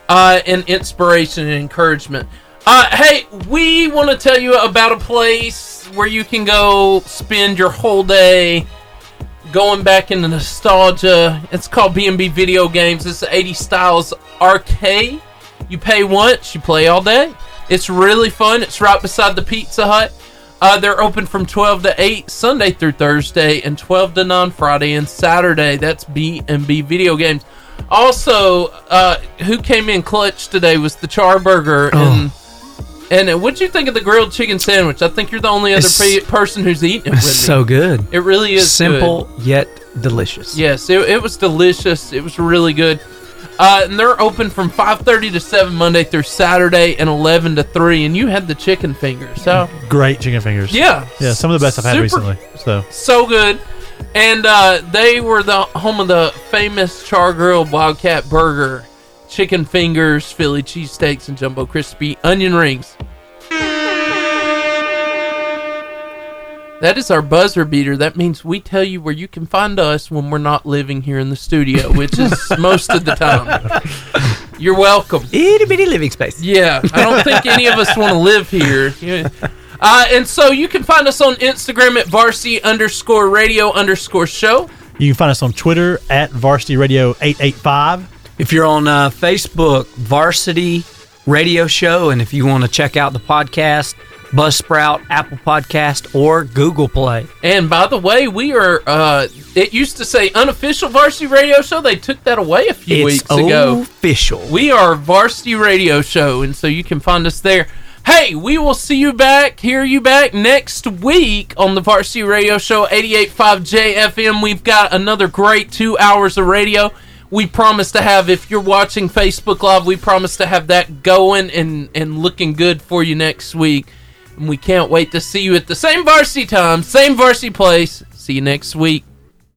J: Uh and inspiration and encouragement. Uh hey, we want to tell you about a place where you can go spend your whole day going back into nostalgia. It's called B&B Video Games. It's the 80 Styles Arcade. You pay once, you play all day. It's really fun. It's right beside the Pizza Hut. Uh, they're open from 12 to 8 Sunday through Thursday and 12 to 9 Friday and Saturday. That's B&B Video Games. Also, uh, who came in clutch today was the Charburger
I: Oh.
J: and and uh, what'd you think of the grilled chicken sandwich? I think you're the only other
I: It's-
J: pe- person who's eaten it with
I: It's
J: me.
I: so good.
J: It really is good.
I: simple yet delicious.
J: Yes, it, it was delicious. It was really good. Uh, and they're open from 5.30 to 7 Monday through Saturday and 11 to 3. And you had the chicken fingers. So,
K: Great chicken fingers.
J: Yeah.
K: Yeah, some of the best I've had
J: Super-
K: recently. So
J: so good. And uh, they were the home of the famous Char Grill Wildcat Burger, chicken fingers, Philly cheesesteaks, and jumbo crispy onion rings. That is our buzzer beater. That means we tell you where you can find us when we're not living here in the studio, which is most of the time. You're welcome.
I: Itty bitty living space.
J: Yeah, I don't think any of us want to live here. Yeah. Uh, and so you can find us on Instagram at varsity underscore radio underscore show.
K: you can find us on Twitter at Varsity Radio 885.
I: If you're on uh, Facebook, Varsity Radio Show, and if you want to check out the podcast, Buzzsprout, Apple Podcast, or Google Play.
J: And by the way, we are. Uh, it used to say unofficial varsity radio show. They took that away a few
I: It's
J: weeks ago.
I: official.
J: We are varsity radio show, and so you can find us there. Hey, we will see you back, hear you back next week on the Varsity Radio Show 88.5 JFM. We've got another great two hours of radio. We promise to have, if you're watching Facebook Live, we promise to have that going and, and looking good for you next week. And we can't wait to see you at the same varsity time, same varsity place. See you next week.